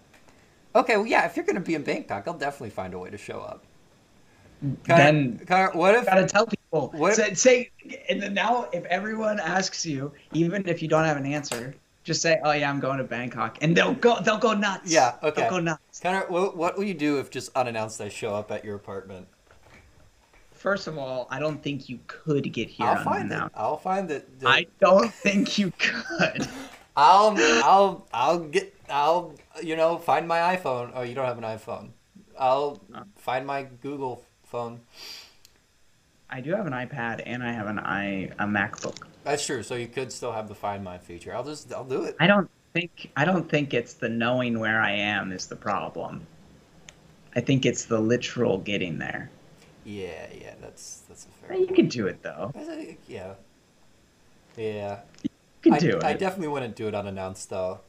S1: Okay, well, yeah. If you're gonna be in Bangkok, I'll definitely find a way to show up. Connor,
S2: Then-
S1: Connor, what if?
S2: Gotta tell people.
S1: What-
S2: Say, say, and then now if everyone asks you, even if you don't have an answer, just say, "Oh yeah, I'm going to Bangkok," and they'll go, they'll go nuts.
S1: Yeah, okay.
S2: They'll go nuts.
S1: Connor, what, what will you do if just unannounced I show up at your apartment?
S2: First of all, I don't think you could get here
S1: I'll find
S2: now.
S1: it. I'll find it.
S2: I don't think you could.
S1: I'll I'll I'll get I'll you know find my iPhone. Oh, you don't have an iPhone. I'll find my Google phone.
S2: I do have an iPad and I have an i a MacBook.
S1: That's true. So you could still have the Find My feature. I'll just I'll do it.
S2: I don't think I don't think it's the knowing where I am is the problem. I think it's the literal getting there.
S1: Yeah, yeah. That's that's a fair.
S2: Hey, You could do it though.
S1: I think- Yeah. Yeah.
S2: You
S1: I,
S2: could do
S1: I
S2: it.
S1: definitely wouldn't do it unannounced though.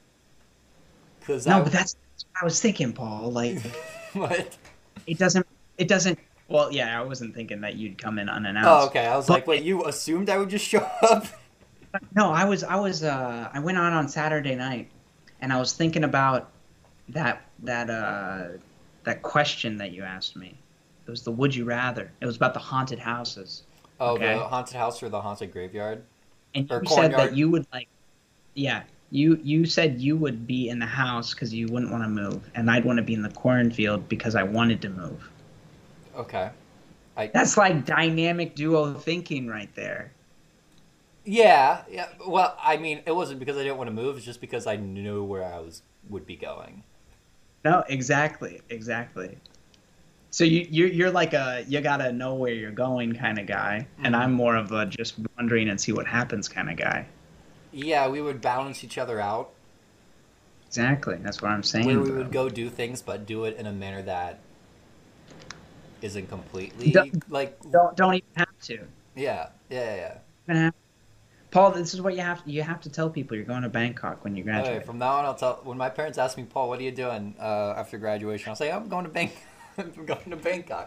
S1: Cause I
S2: No, but that's what I was thinking, Paul. Like
S1: what?
S2: it doesn't it doesn't well, yeah, I wasn't thinking that you'd come in unannounced.
S1: Oh, okay. I was
S2: But-
S1: like, wait, you assumed I would just show up?
S2: No, I was I was uh I went on on Saturday night and I was thinking about that that uh that question that you asked me. It was the would you rather. It was about the haunted houses.
S1: Oh,
S2: Okay.
S1: the haunted house or the haunted graveyard?
S2: And
S1: Or
S2: you said
S1: cornyard.
S2: that you would like yeah, you you said you would be in the house cuz you wouldn't want to move and I'd want to be in the cornfield because I wanted to move.
S1: Okay.
S2: That's like dynamic duo thinking right there.
S1: Yeah, yeah. Well, I mean, it wasn't because I didn't want to move. It's just because I knew where I was would be going.
S2: No, exactly, exactly. So you you're, you're like a you gotta know where you're going kind of guy,
S1: Mm-hmm.
S2: and I'm more of a just wondering and see what happens kind of guy.
S1: Yeah, we would balance each other out
S2: Exactly, that's what I'm saying.
S1: where we
S2: bro.
S1: would go do things, but do it in a manner that isn't completely
S2: Don't-
S1: like
S2: Don't don't even have to.
S1: yeah, yeah, yeah.
S2: Even have- Paul, this is what you have you have to tell people you're going to Bangkok when you graduate.
S1: Hey, from now on, I'll tell. When my parents ask me, Paul, what are you doing uh, after graduation? I'll say, I'm going to Bang. I'm going to Bangkok.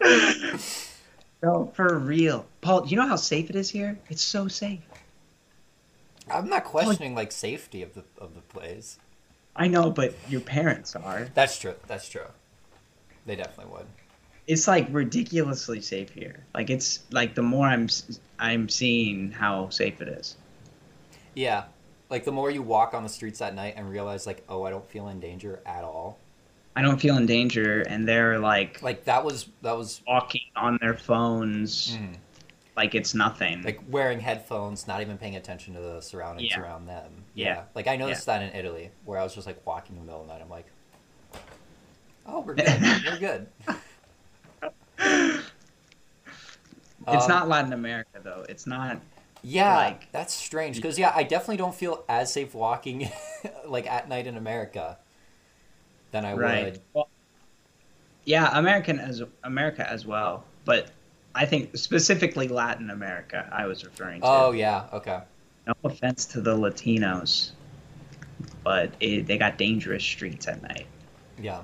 S2: No, for real. Paul, you know how safe it is here? It's so safe.
S1: I'm not questioning like safety of the of the place.
S2: I know, but your parents are.
S1: That's true. That's true. They definitely would.
S2: It's like ridiculously safe here. Like it's like the more I'm s- I'm seeing how safe it is.
S1: Yeah. Like the more you walk on the streets at night and realize like, oh, I don't feel in danger at all.
S2: I don't feel in danger and they're like
S1: Like that was that was
S2: walking on their phones
S1: mm,
S2: like it's nothing.
S1: like wearing headphones, not even paying attention to the surroundings
S2: Mm-hmm. Yeah.
S1: around them.
S2: Yeah.
S1: Like I noticed that in Italy where I was just like walking in the middle of the night. I'm like, oh, we're good. we're good.
S2: it's
S1: Um,
S2: not Latin America though. It's not
S1: Yeah,
S2: like-
S1: that's strange because yeah, I definitely don't feel as safe walking like at night in America than I
S2: right.
S1: would.
S2: Well, yeah, American as America as well, but I think specifically Latin America I was referring to.
S1: Oh yeah, okay.
S2: No offense to the Latinos, but it, they got dangerous streets at night.
S1: Yeah.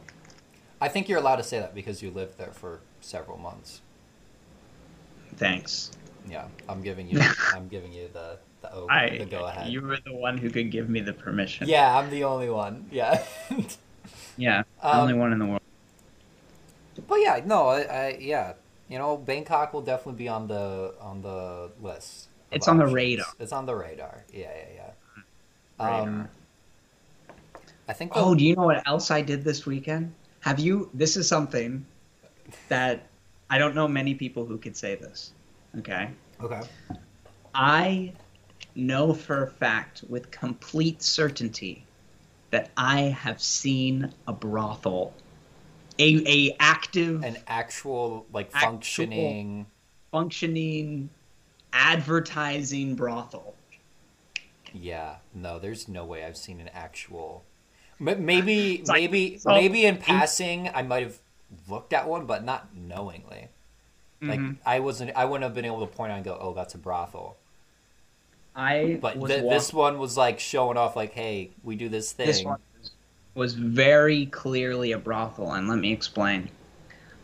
S1: I think you're allowed to say that because you lived there for several months.
S2: Thanks.
S1: Yeah, I'm giving you I'm giving you the the, o-
S2: I
S1: the go ahead.
S2: you were the one who could give me the permission.
S1: Yeah, I'm the only one. Yeah.
S2: yeah. the
S1: Um,
S2: only one in the world.
S1: but yeah, no, I, I yeah, you know, Bangkok will definitely be on the on the list. of
S2: It's on the
S1: options.
S2: radar.
S1: It's on the radar. Yeah, yeah, yeah.
S2: Radar.
S1: Um I think the-
S2: Oh, do you know what else I did this weekend? Have you? This is something that I don't know many people who could say this. Okay.
S1: Okay.
S2: I know for a fact with complete certainty that I have seen a brothel, a a active
S1: An actual like
S2: Actual-
S1: functioning
S2: functioning advertising brothel.
S1: Yeah, no, there's no way I've seen an actual. M- Maybe,
S2: like-
S1: maybe,
S2: so-
S1: maybe in passing, I might have looked at one, but not knowingly. Like
S2: Mhm.
S1: I wasn't, I wouldn't have been able to point out and go, "Oh, that's a brothel."
S2: I
S1: But
S2: was
S1: th-
S2: walk-
S1: this one was like showing off, like, "Hey, we do this thing."
S2: this one was- was very clearly a brothel, and let me explain.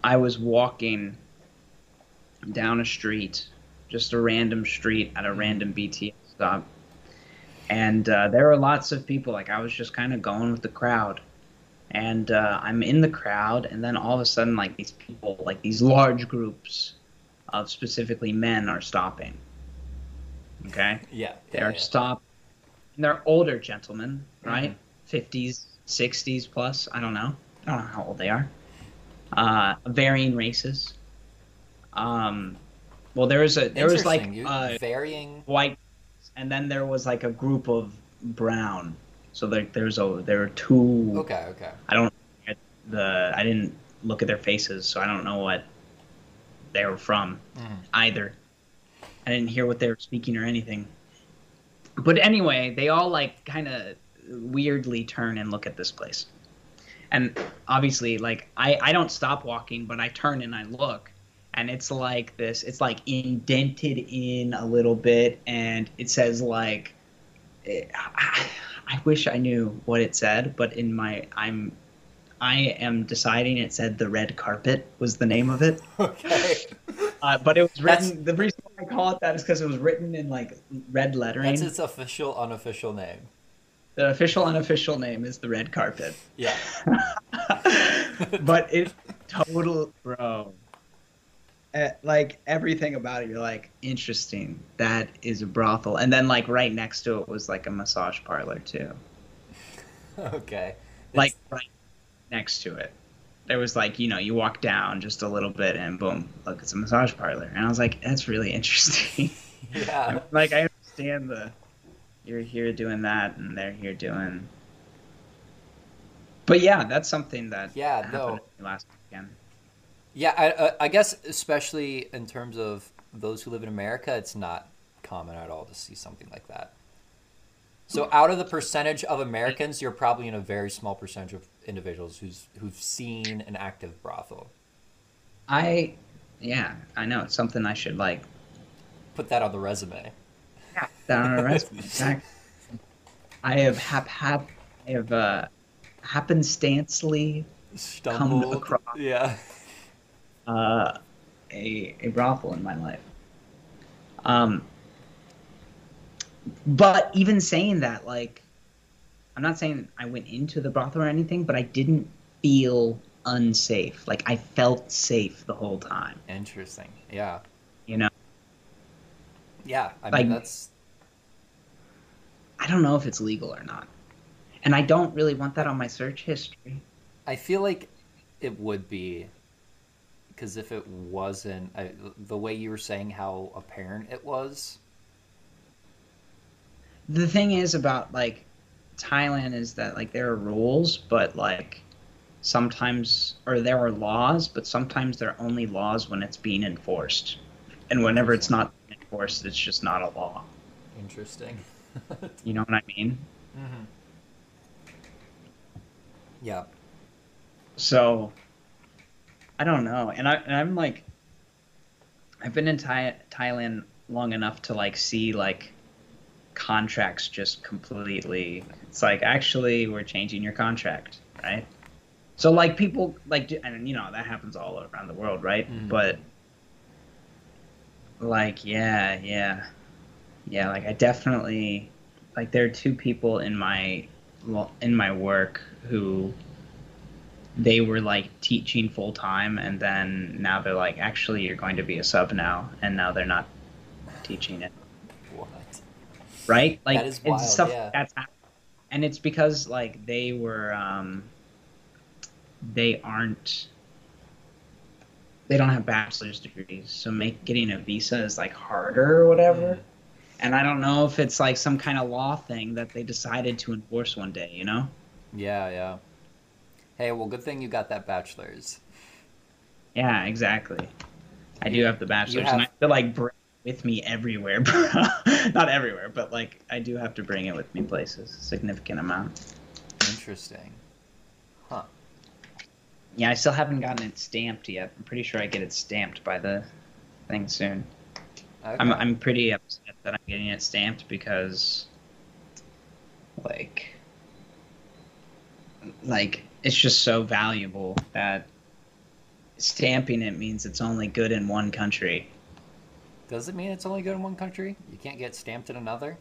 S2: I was walking down a street, just a random street at a random BTS stop, and uh, there were lots of people. Like I was just kind of going with the crowd, and uh, I'm in the crowd, and then all of a sudden, like these people, like these large groups of specifically men, are stopping. Okay.
S1: yeah, yeah,
S2: They're
S1: yeah. Mm-hmm.
S2: stopped. And they're older gentlemen, right? 50s, 60s plus. I don't know. I don't know how old they are. Uh, varying races. Um, well, there was a there was like
S1: Interesting, you-
S2: uh,
S1: varying.
S2: white, and then there was like a group of brown. So there, there's a there were two.
S1: Okay, okay.
S2: I don't at the I didn't look at their faces, so I don't know what they were from
S1: Mhm.
S2: either. I didn't hear what they were speaking or anything. But anyway, they all like kind of weirdly turn and look at this place. And obviously, like I I don't stop walking, but I turn and I look. And it's like this, it's like indented in a little bit, and it says like I, I- I wish I knew what it said, but in my I'm I am deciding it said the red carpet was the name of it.
S1: Okay,
S2: Uh, but it was
S1: That's-
S2: written. The reason why I call it that is because it was written in like red lettering.
S1: that's its official, unofficial name.
S2: The official unofficial name is the red carpet.
S1: Yeah,
S2: but it total bro. Uh, like everything about it, you're like interesting. That is a brothel, and then like right next to it was like a massage parlor too.
S1: okay.
S2: like right next to it. There was like, you know, you walk down just a little bit and boom, look, it's a massage parlor. And I was like, that's really interesting.
S1: Yeah,
S2: like I understand the you're here doing that and they're here doing But yeah, that's something that
S1: Yeah,
S2: happened
S1: no.
S2: to me last weekend.
S1: Yeah, I, uh, I- I guess especially in terms of those who live in America, it's not common at all to see something like that. So, out of the percentage of Americans, you're probably in a very small percentage of individuals who's who've seen an active brothel.
S2: I yeah, I know it's something I should like
S1: Put that on the resume.
S2: yeah, down on a restaurant. Exactly. I have hap, hap I have uh, happenstancely
S1: Stumbled.
S2: across.
S1: Yeah.
S2: uh, a a brothel in my life. Um, but even saying that, like, I'm not saying I went into the brothel or anything, but I didn't feel unsafe. Like I felt safe the whole time.
S1: Interesting. Yeah.
S2: You know,
S1: Yeah. I
S2: Like-
S1: mean, that's
S2: I don't know if it's legal or not, and I don't really want that on my search history.
S1: I feel like it would be because if it wasn't I, the way you were saying how apparent it was,
S2: the thing is about like Thailand is that like there are rules, but like sometimes or there are laws, but sometimes they're only laws when it's being enforced. And whenever it's not enforced, it's just not a law.
S1: interesting.
S2: You know what I mean?
S1: Mm-hmm. Yeah.
S2: So I don't know. And I and I'm like I've been in Thai, Thailand long enough to like see like contracts just completely it's like actually we're changing your contract, right? So like people like do- and you know that happens all around the world, right?
S1: Mhm.
S2: But like yeah, yeah. Yeah, like I definitely like there are two people in my in my work who they were like teaching full time and then now they're like actually you're going to be a sub now and now they're not teaching it
S1: What?
S2: right like
S1: is
S2: it's
S1: wild,
S2: stuff
S1: yeah.
S2: that's happening and it's because like they were um they aren't they don't have bachelor's degrees so make getting a visa is like harder or
S1: Mm.
S2: whatever and i don't know if it's like some kind of law thing that they decided to enforce one day you know
S1: Yeah, yeah. Hey, well, good thing you got that bachelor's.
S2: Yeah, exactly. I
S1: You-
S2: do have the bachelor's,
S1: have-
S2: and I feel like bring it with me everywhere, bro. Not everywhere, but like I do have to bring it with me places, a significant amount.
S1: Interesting. Huh.
S2: Yeah, I still haven't gotten it stamped yet. I'm pretty sure I get it stamped by the thing soon.
S1: Okay.
S2: I'm I'm pretty upset that I'm getting it stamped because, like, like it's just so valuable that stamping it means it's only good in one country.
S1: Does it mean it's only good in one country? You can't get stamped in another?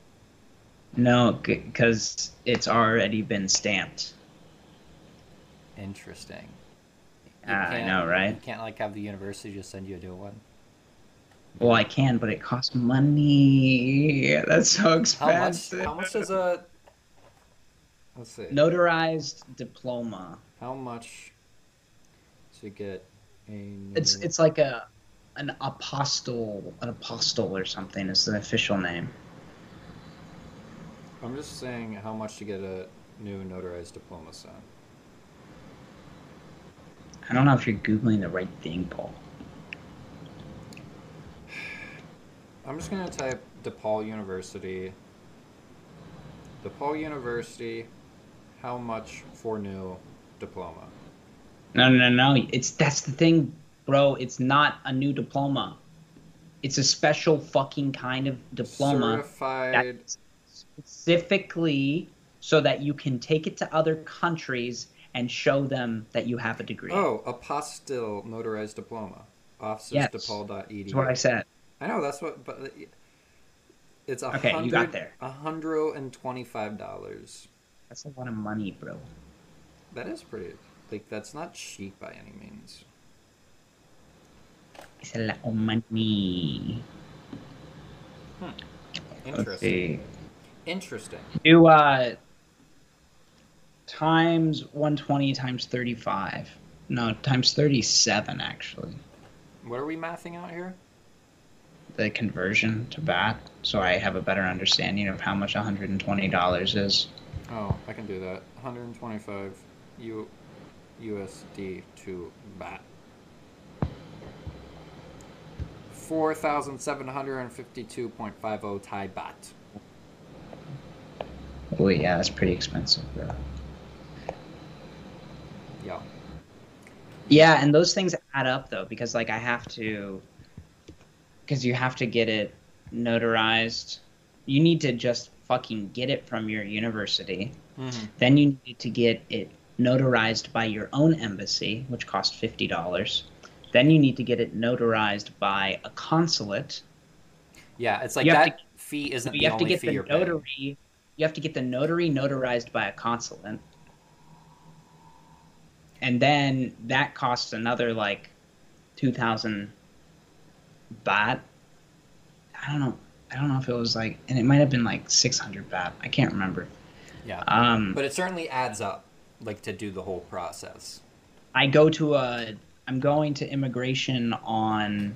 S2: No, because it's already been stamped.
S1: Interesting. You
S2: Ah, I
S1: can't-
S2: know, right?
S1: You can't, like, have the university just send you a new one.
S2: Well, I can, but it costs money. That's so
S1: How much?
S2: expensive.
S1: How much does a. Let's see.
S2: Notarized diploma.
S1: How much to get a. New...
S2: It's it's like a an apostle, an apostle or something is the official name.
S1: I'm just saying how much to get a new notarized diploma signed.
S2: I don't know if you're googling the right thing, Paul.
S1: I'm just gonna type DePaul University. DePaul University, how much for new diploma?
S2: No, no, no, no. It's that's the thing, bro. It's not a new diploma. It's a special fucking kind of diploma.
S1: Certified.
S2: that specifically so that you can take it to other countries and show them that you have a degree.
S1: Oh, apostille notarized diploma.
S2: Yes.
S1: Officesdepaul.edu.
S2: That's what I said.
S1: I know that's what, but it's a
S2: Okay, you got
S1: hundred-
S2: there.
S1: a hundred and twenty-five dollars.
S2: That's a lot of money, bro.
S1: That is pretty. Like that's not cheap by any means.
S2: It's a lot of money.
S1: Interesting. Interesting.
S2: Do uh times 120 times 35. No, times 37 actually.
S1: What are we mathing out here?
S2: The conversion to bat, so I have a better understanding of how much $120 is.
S1: Oh, I can do that. 125 U- USD to bat. 4,752.50 Thai baht.
S2: Oh yeah, that's pretty expensive, bro.
S1: Yeah.
S2: Yeah, and those things add up though, because like I have to, because you have to get it notarized, You need to just fucking get it from your university.
S1: Mhm.
S2: Then you need to get it notarized by your own embassy, which costs fifty dollars. Then you need to get it notarized by a consulate.
S1: Yeah, it's like
S2: You have
S1: that fee isn't
S2: you
S1: the
S2: have to
S1: only
S2: get
S1: fee
S2: the
S1: you're
S2: notary.
S1: paying.
S2: You have to get the notary notarized by a consulate, and then that costs another like two thousand baht. I don't know. I don't know if it was like, and it might have been like six hundred baht. I can't remember.
S1: Yeah,
S2: Um,
S1: but it certainly adds up, like to do the whole process.
S2: I go to a. I'm going to immigration on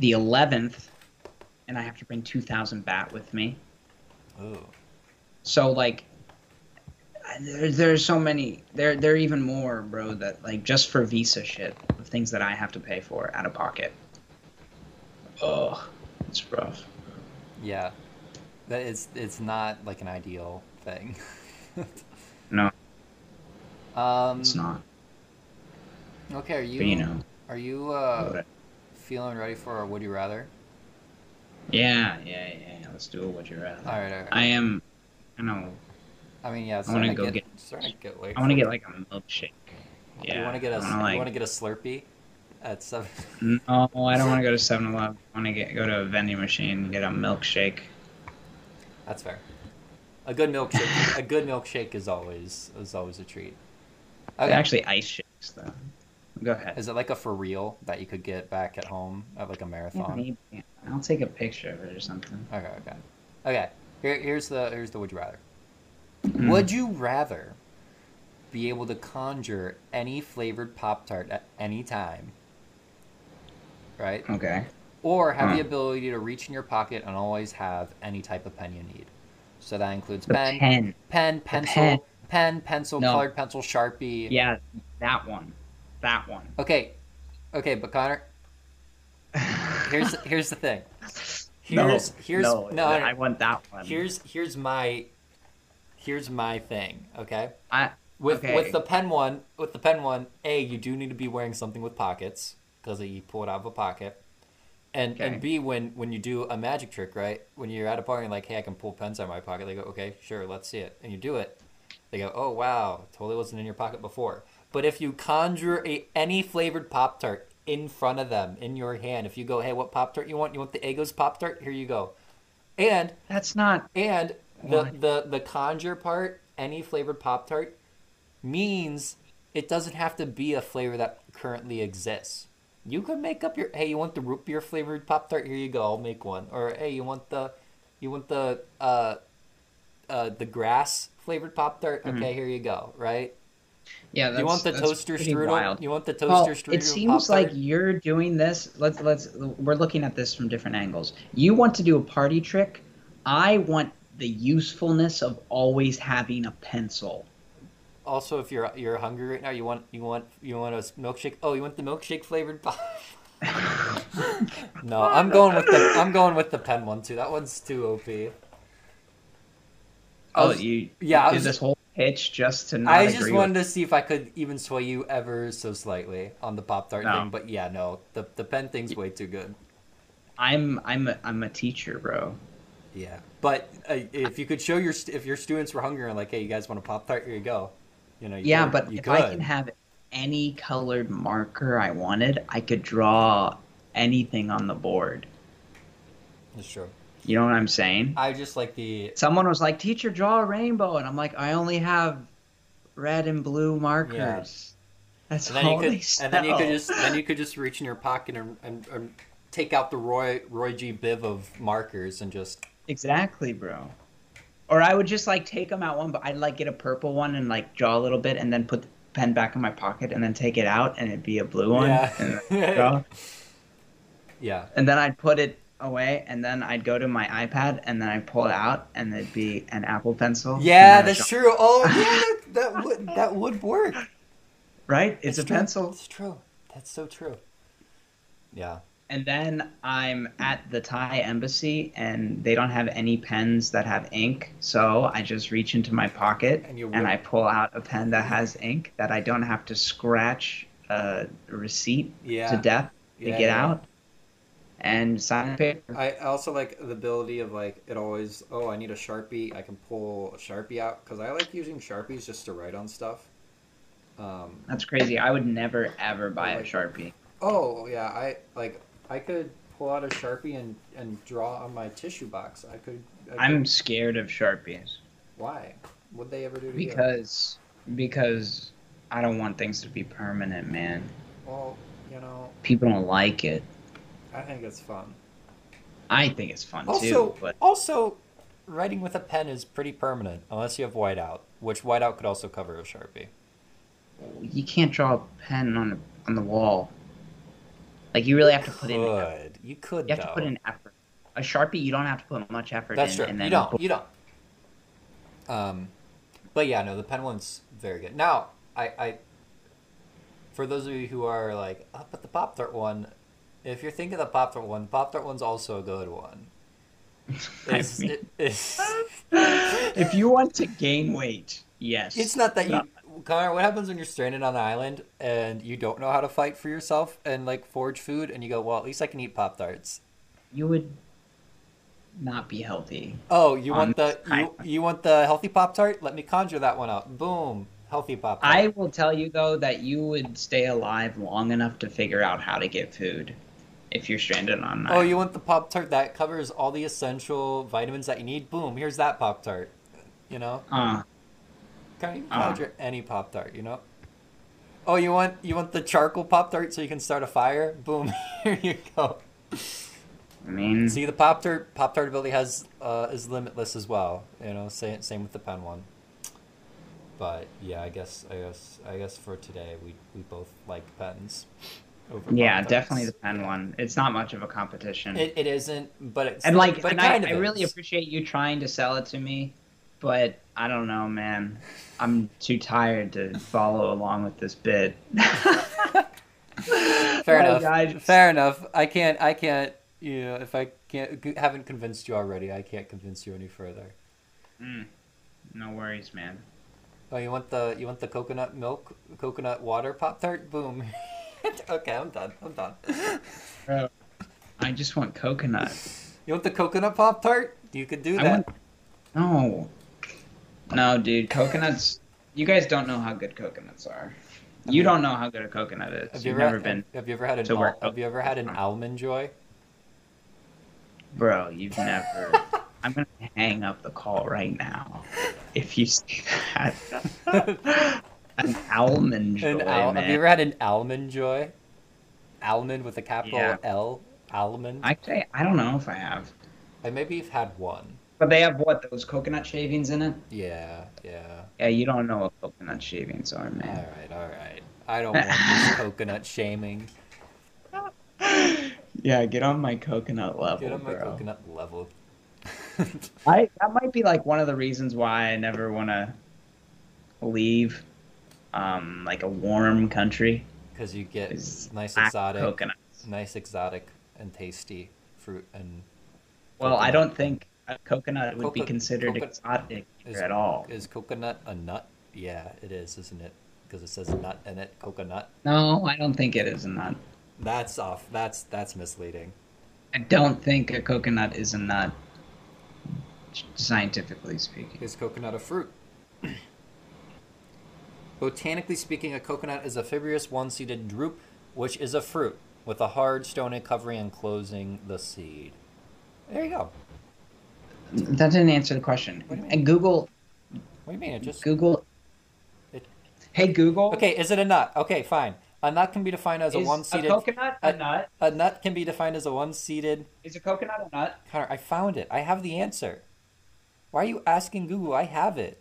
S2: the 11th, and I have to bring 2,000 baht with me.
S1: Oh,
S2: So like, there, there's so many. There, there are even more, bro. That like just for visa shit, the things that I have to pay for out of pocket. Ugh, it's rough.
S1: yeah, that is it's not like an ideal thing.
S2: No,
S1: um,
S2: it's not.
S1: Okay, are you
S2: But you know.
S1: are you uh,
S2: what-
S1: feeling ready for our would you rather?
S2: Yeah, yeah, yeah. Let's do it. Would you rather?
S1: All right, all right.
S2: I am. I know.
S1: I mean, yeah, it's
S2: I wanna
S1: starting to
S2: go
S1: get, starting to get late.
S2: I want to
S1: for-
S2: get like a milkshake. Yeah.
S1: You want to get a
S2: I
S1: you
S2: wanna,
S1: want
S2: like-
S1: to get a Slurpee at seven.
S2: No, I don't want to go to 7-Eleven. I want to get go to a vending machine and get a milkshake.
S1: That's fair. A good milkshake. a good milkshake is always is always a treat. Okay.
S2: Actually, ice shakes though. Go ahead.
S1: Is it like a for real that you could get back at home at like a
S2: Yeah,
S1: marathon?
S2: maybe. I'll take a picture of it or something.
S1: Okay, okay, okay. Here, here's the here's the would you rather.
S2: Mm.
S1: Would you rather be able to conjure any flavored Pop Tart at any time, right?
S2: Hmm. Okay.
S1: Or have the
S2: Huh.
S1: ability to reach in your pocket and always have any type of pen you need. So that includes
S2: The
S1: pen,
S2: pen.
S1: pen, pencil,
S2: pen.
S1: pen, pencil,
S2: No.
S1: colored pencil, sharpie.
S2: Yeah, that one. That one.
S1: Okay, okay, but Connor, here's here's the thing.
S2: No,
S1: Here's here's
S2: no,
S1: no, no,
S2: I want that one.
S1: here's here's my here's my thing. Okay,
S2: I,
S1: with
S2: Okay.
S1: with the pen one, with the pen one, a you do need to be wearing something with pockets because you pull it out of a pocket. And,
S2: Okay.
S1: and B, when, when you do a magic trick, right? When you're at a party and like, hey, I can pull pens out of my pocket, they go, okay, sure, let's see it. And you do it. They go, oh, wow, totally wasn't in your pocket before. But if you conjure a, any flavored Pop Tart in front of them, in your hand, if you go, hey, what Pop Tart you want? You want the Egos Pop Tart? Here you go. And
S2: that's not.
S1: and the,
S2: Why?
S1: the the conjure part, any flavored Pop Tart, means it doesn't have to be a flavor that currently exists. You could make up your hey, you want the root beer flavored Pop Tart? Here you go, I'll make one. Or hey, you want the you want the uh uh the grass flavored Pop Tart?
S2: Mm-hmm.
S1: Okay, here you go, right?
S2: Yeah, that's,
S1: you want the
S2: that's
S1: toaster
S2: pretty
S1: strudel?
S2: Wild.
S1: You want the
S2: Paul,
S1: toaster strudel?
S2: it seems
S1: Pop-Tart?
S2: like you're doing this. Let's let's we're looking at this from different angles. You want to do a party trick. I want the usefulness of always having a pencil.
S1: also if you're you're hungry right now, you want you want you want a s- milkshake. Oh, you want the milkshake flavored pop. no, I'm going with the I'm going with the pen one too. That one's too OP. I
S2: Oh,
S1: was-
S2: you
S1: yeah, I
S2: did
S1: was-
S2: this whole pitch just to not
S1: I
S2: agree
S1: just
S2: with-
S1: wanted to see if I could even sway you ever so slightly on the pop tart
S2: No.
S1: thing, but yeah, no, the the pen thing's way too good.
S2: I'm I'm a, I'm a teacher, bro.
S1: Yeah, but uh, if you could show your st- if your students were hungry and like, hey, you guys want a pop tart? Here you go. You know, you
S2: Yeah,
S1: could-
S2: but
S1: you
S2: if
S1: could.
S2: I can have any colored marker I wanted, I could draw anything on the board.
S1: That's true.
S2: You know what I'm saying?
S1: I just like the
S2: someone was like, "Teacher, draw a rainbow," and I'm like, "I only have red and blue markers." That's
S1: And then
S2: all
S1: you could,
S2: they sell.
S1: and then you could just, then you could just reach in your pocket and, and, and take out the Roy Roy G. Biv of markers and just
S2: exactly, bro. Or I would just like take them out one, but I'd like get a purple one and like draw a little bit, and then put the pen back in my pocket, and then take it out, and it'd be a blue one. And, then
S1: yeah,
S2: draw.
S1: yeah.
S2: And then I'd put it away, and then I'd go to my iPad, and then I pull it out, and it'd be an Apple pencil. and
S1: Yeah,
S2: then I'd
S1: that's
S2: draw-
S1: true. Oh, yeah, that, that would that would work.
S2: Right? It's a
S1: true.
S2: pencil.
S1: It's true. That's so true. Yeah.
S2: And then I'm at the Thai embassy, and they don't have any pens that have ink. So I just reach into my pocket
S1: And
S2: and,
S1: you whip-
S2: I pull out a pen that has ink that I don't have to scratch a receipt
S1: Yeah.
S2: to death to
S1: Yeah,
S2: get
S1: yeah.
S2: out. and sign a paper.
S1: I also like the ability of like it always. Oh, I need a sharpie. I can pull a sharpie out because I like using sharpies just to write on stuff. Um,
S2: That's crazy. I would never ever buy a
S1: Like-
S2: sharpie.
S1: oh yeah, I like I could pull out a sharpie and and draw on my tissue box. I could. I could
S2: I'm scared of sharpies
S1: why? Would they ever do to you?
S2: because because I don't want things to be permanent, man.
S1: Well, you know,
S2: People don't like it.
S1: I think it's fun.
S2: I think it's fun
S1: Also,
S2: too, but
S1: also, writing with a pen is pretty permanent unless you have whiteout, which whiteout could also cover a sharpie.
S2: you can't draw a pen on a, on the wall. Like you really have to put in effort.
S1: could. You could
S2: You have
S1: though.
S2: to put in effort. A sharpie, you don't have to put much effort
S1: That's
S2: in.
S1: true.
S2: And then
S1: you don't. You don't. Um, but yeah, no, the pen one's very good. Now, I, I, for those of you who are like up at the pop tart one, if you're thinking of the pop tart one, pop tart one's also a good one.
S2: I
S1: It's,
S2: mean-
S1: it- it's,
S2: if you want to gain weight, yes.
S1: it's not that you, Connor. What happens when you're stranded on an island and you don't know how to fight for yourself and like forge food, and you go, well, at least I can eat pop tarts.
S2: you would not be healthy.
S1: Oh, you want
S2: Um,
S1: the you, you want the healthy pop tart? Let me conjure that one up. Boom, healthy pop tart.
S2: I will tell you though that you would stay alive long enough to figure out how to get food if you're stranded on an
S1: Oh,
S2: island.
S1: you want the Pop Tart that covers all the essential vitamins that you need? Boom, here's that Pop Tart. You know?
S2: Uh,
S1: Kind of you can
S2: Uh-huh.
S1: conjure any Pop Tart, you know? Oh, you want you want the charcoal Pop Tart so you can start a fire? Boom, here you go.
S2: I mean,
S1: See the Pop Tart Pop Tart ability has uh, is limitless as well. You know, same same with the pen one. But yeah, I guess I guess I guess for today we, we both like pens. Over
S2: yeah,
S1: Pop-Tarts.
S2: definitely the pen one. It's not much of a competition.
S1: It, it isn't, but it's
S2: and like,
S1: but it
S2: and I,
S1: kind
S2: I
S1: of
S2: really
S1: is.
S2: appreciate you trying to sell it to me, but I don't know, man. I'm too tired to follow along with this bid.
S1: Fair
S2: Like,
S1: enough.
S2: I just-
S1: Fair enough. I can't. I can't. You know, if I can't g- haven't convinced you already, I can't convince you any further.
S2: Mm, no worries, man.
S1: Oh, you want the you want the coconut milk, coconut water pop tart? Boom. okay, I'm done. I'm done.
S2: Bro, I just want coconut.
S1: You want the coconut pop tart? You could do
S2: I
S1: that.
S2: want no, no, dude. Coconuts. You guys don't know how good coconuts are. You don't know how good a coconut is.
S1: have
S2: You've
S1: you ever
S2: never
S1: had,
S2: been,
S1: Have you ever had an
S2: to
S1: al-
S2: work. Oh.
S1: Have you ever had an almond joy?
S2: bro. You've never. I'm gonna hang up the call right now. If you see that, an almond joy,
S1: An al- have
S2: man.
S1: you ever had an almond joy? Almond with a capital
S2: Yeah.
S1: L. Almond. I,
S2: Actually, I don't know if I have.
S1: maybe you've had one.
S2: But they have what those coconut shavings in it.
S1: Yeah. Yeah.
S2: Yeah, you don't know what coconut shavings are,
S1: All
S2: man.
S1: right, all right. I don't want this coconut shaming.
S2: Yeah, get on my coconut level,
S1: Get on my
S2: Oh, bro.
S1: coconut level.
S2: I that might be like one of the reasons why I never want to leave, um, like a warm country.
S1: Because you get
S2: Is
S1: nice
S2: I-
S1: exotic,
S2: Coconuts.
S1: nice exotic and tasty fruit, and
S2: Well, I
S1: Coconut.
S2: don't think a coconut would be
S1: Coco-
S2: considered
S1: coco-
S2: exotic
S1: is-
S2: at all.
S1: is coconut a nut? Yeah, it is, isn't it? Because it says nut in it, coconut.
S2: No, I don't think it is a nut.
S1: That's off. That's that's misleading.
S2: I don't think a coconut is a nut, scientifically speaking.
S1: Is coconut a fruit? Botanically speaking, a coconut is a fibrous one-seeded drupe, which is a fruit with a hard stony covering enclosing the seed. There you go.
S2: That didn't answer the question.
S1: What do you mean?
S2: And Google,
S1: What do you mean? It just
S2: Google.
S1: It-
S2: Hey Google.
S1: okay. Is it a nut? Okay, fine. A nut can be defined as a
S2: Is a
S1: one-seeded.
S2: coconut a
S1: uh,
S2: nut?
S1: a nut can be defined as a one-seeded.
S2: Is a coconut a nut?
S1: Connor, I found it. I have the answer. Why are you asking Google? I have it.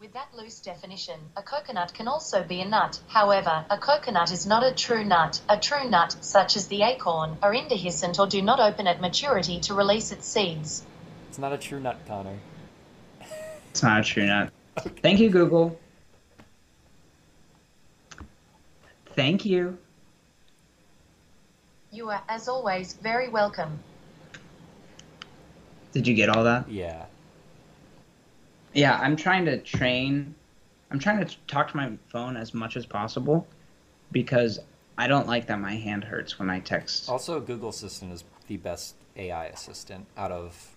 S3: With that loose definition, a coconut can also be a nut. However, a coconut is not a true nut. A true nut, such as the acorn, are indehiscent or do not open at maturity to release its seeds.
S1: It's not a true nut, Connor.
S2: It's not a true nut. Thank you, Google. Thank you.
S3: You are, as always, very welcome.
S2: Did you get all that?
S1: Yeah.
S2: Yeah, I'm trying to train. I'm trying to talk to my phone as much as possible because I don't like that my hand hurts when I text.
S1: Also, Google Assistant is the best AI assistant out of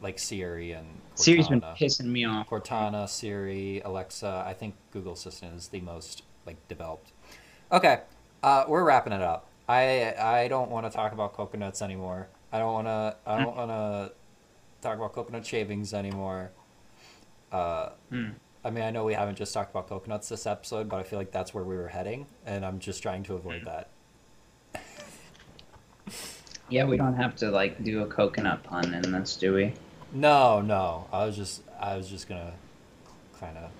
S1: like Siri and Cortana.
S2: Siri's been pissing me off.
S1: Cortana, Siri, Alexa. I think Google Assistant is the most like developed. Okay, uh, we're wrapping it up. I I don't want to talk about coconuts anymore. I don't want to. I don't want to talk about coconut shavings anymore. Uh,
S2: Mm.
S1: I mean, I know we haven't just talked about coconuts this episode, but I feel like that's where we were heading, and I'm just trying to avoid that.
S2: Yeah, we don't have to like do a coconut pun in this, do we?
S1: No, no. I was just I was just gonna kind of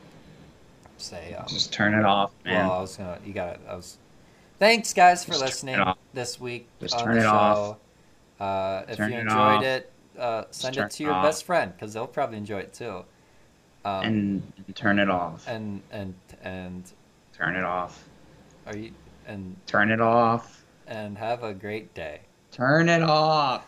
S1: say. Um,
S2: Just turn it off, man.
S1: Well, I was gonna. You got it. I was. Thanks, guys, for
S2: Just turn it
S1: listening
S2: off.
S1: this week
S2: Just
S1: on
S2: turn
S1: the
S2: it
S1: show.
S2: off.
S1: Uh, if
S2: Turn
S1: you
S2: it
S1: enjoyed
S2: off.
S1: it, uh, send
S2: turn
S1: it
S2: it
S1: to your
S2: off.
S1: best friend because they'll probably enjoy it too. Um,
S2: and and turn it off.
S1: and and and
S2: Turn it off.
S1: are you and
S2: Turn it off.
S1: and have a great day.
S2: Turn it off.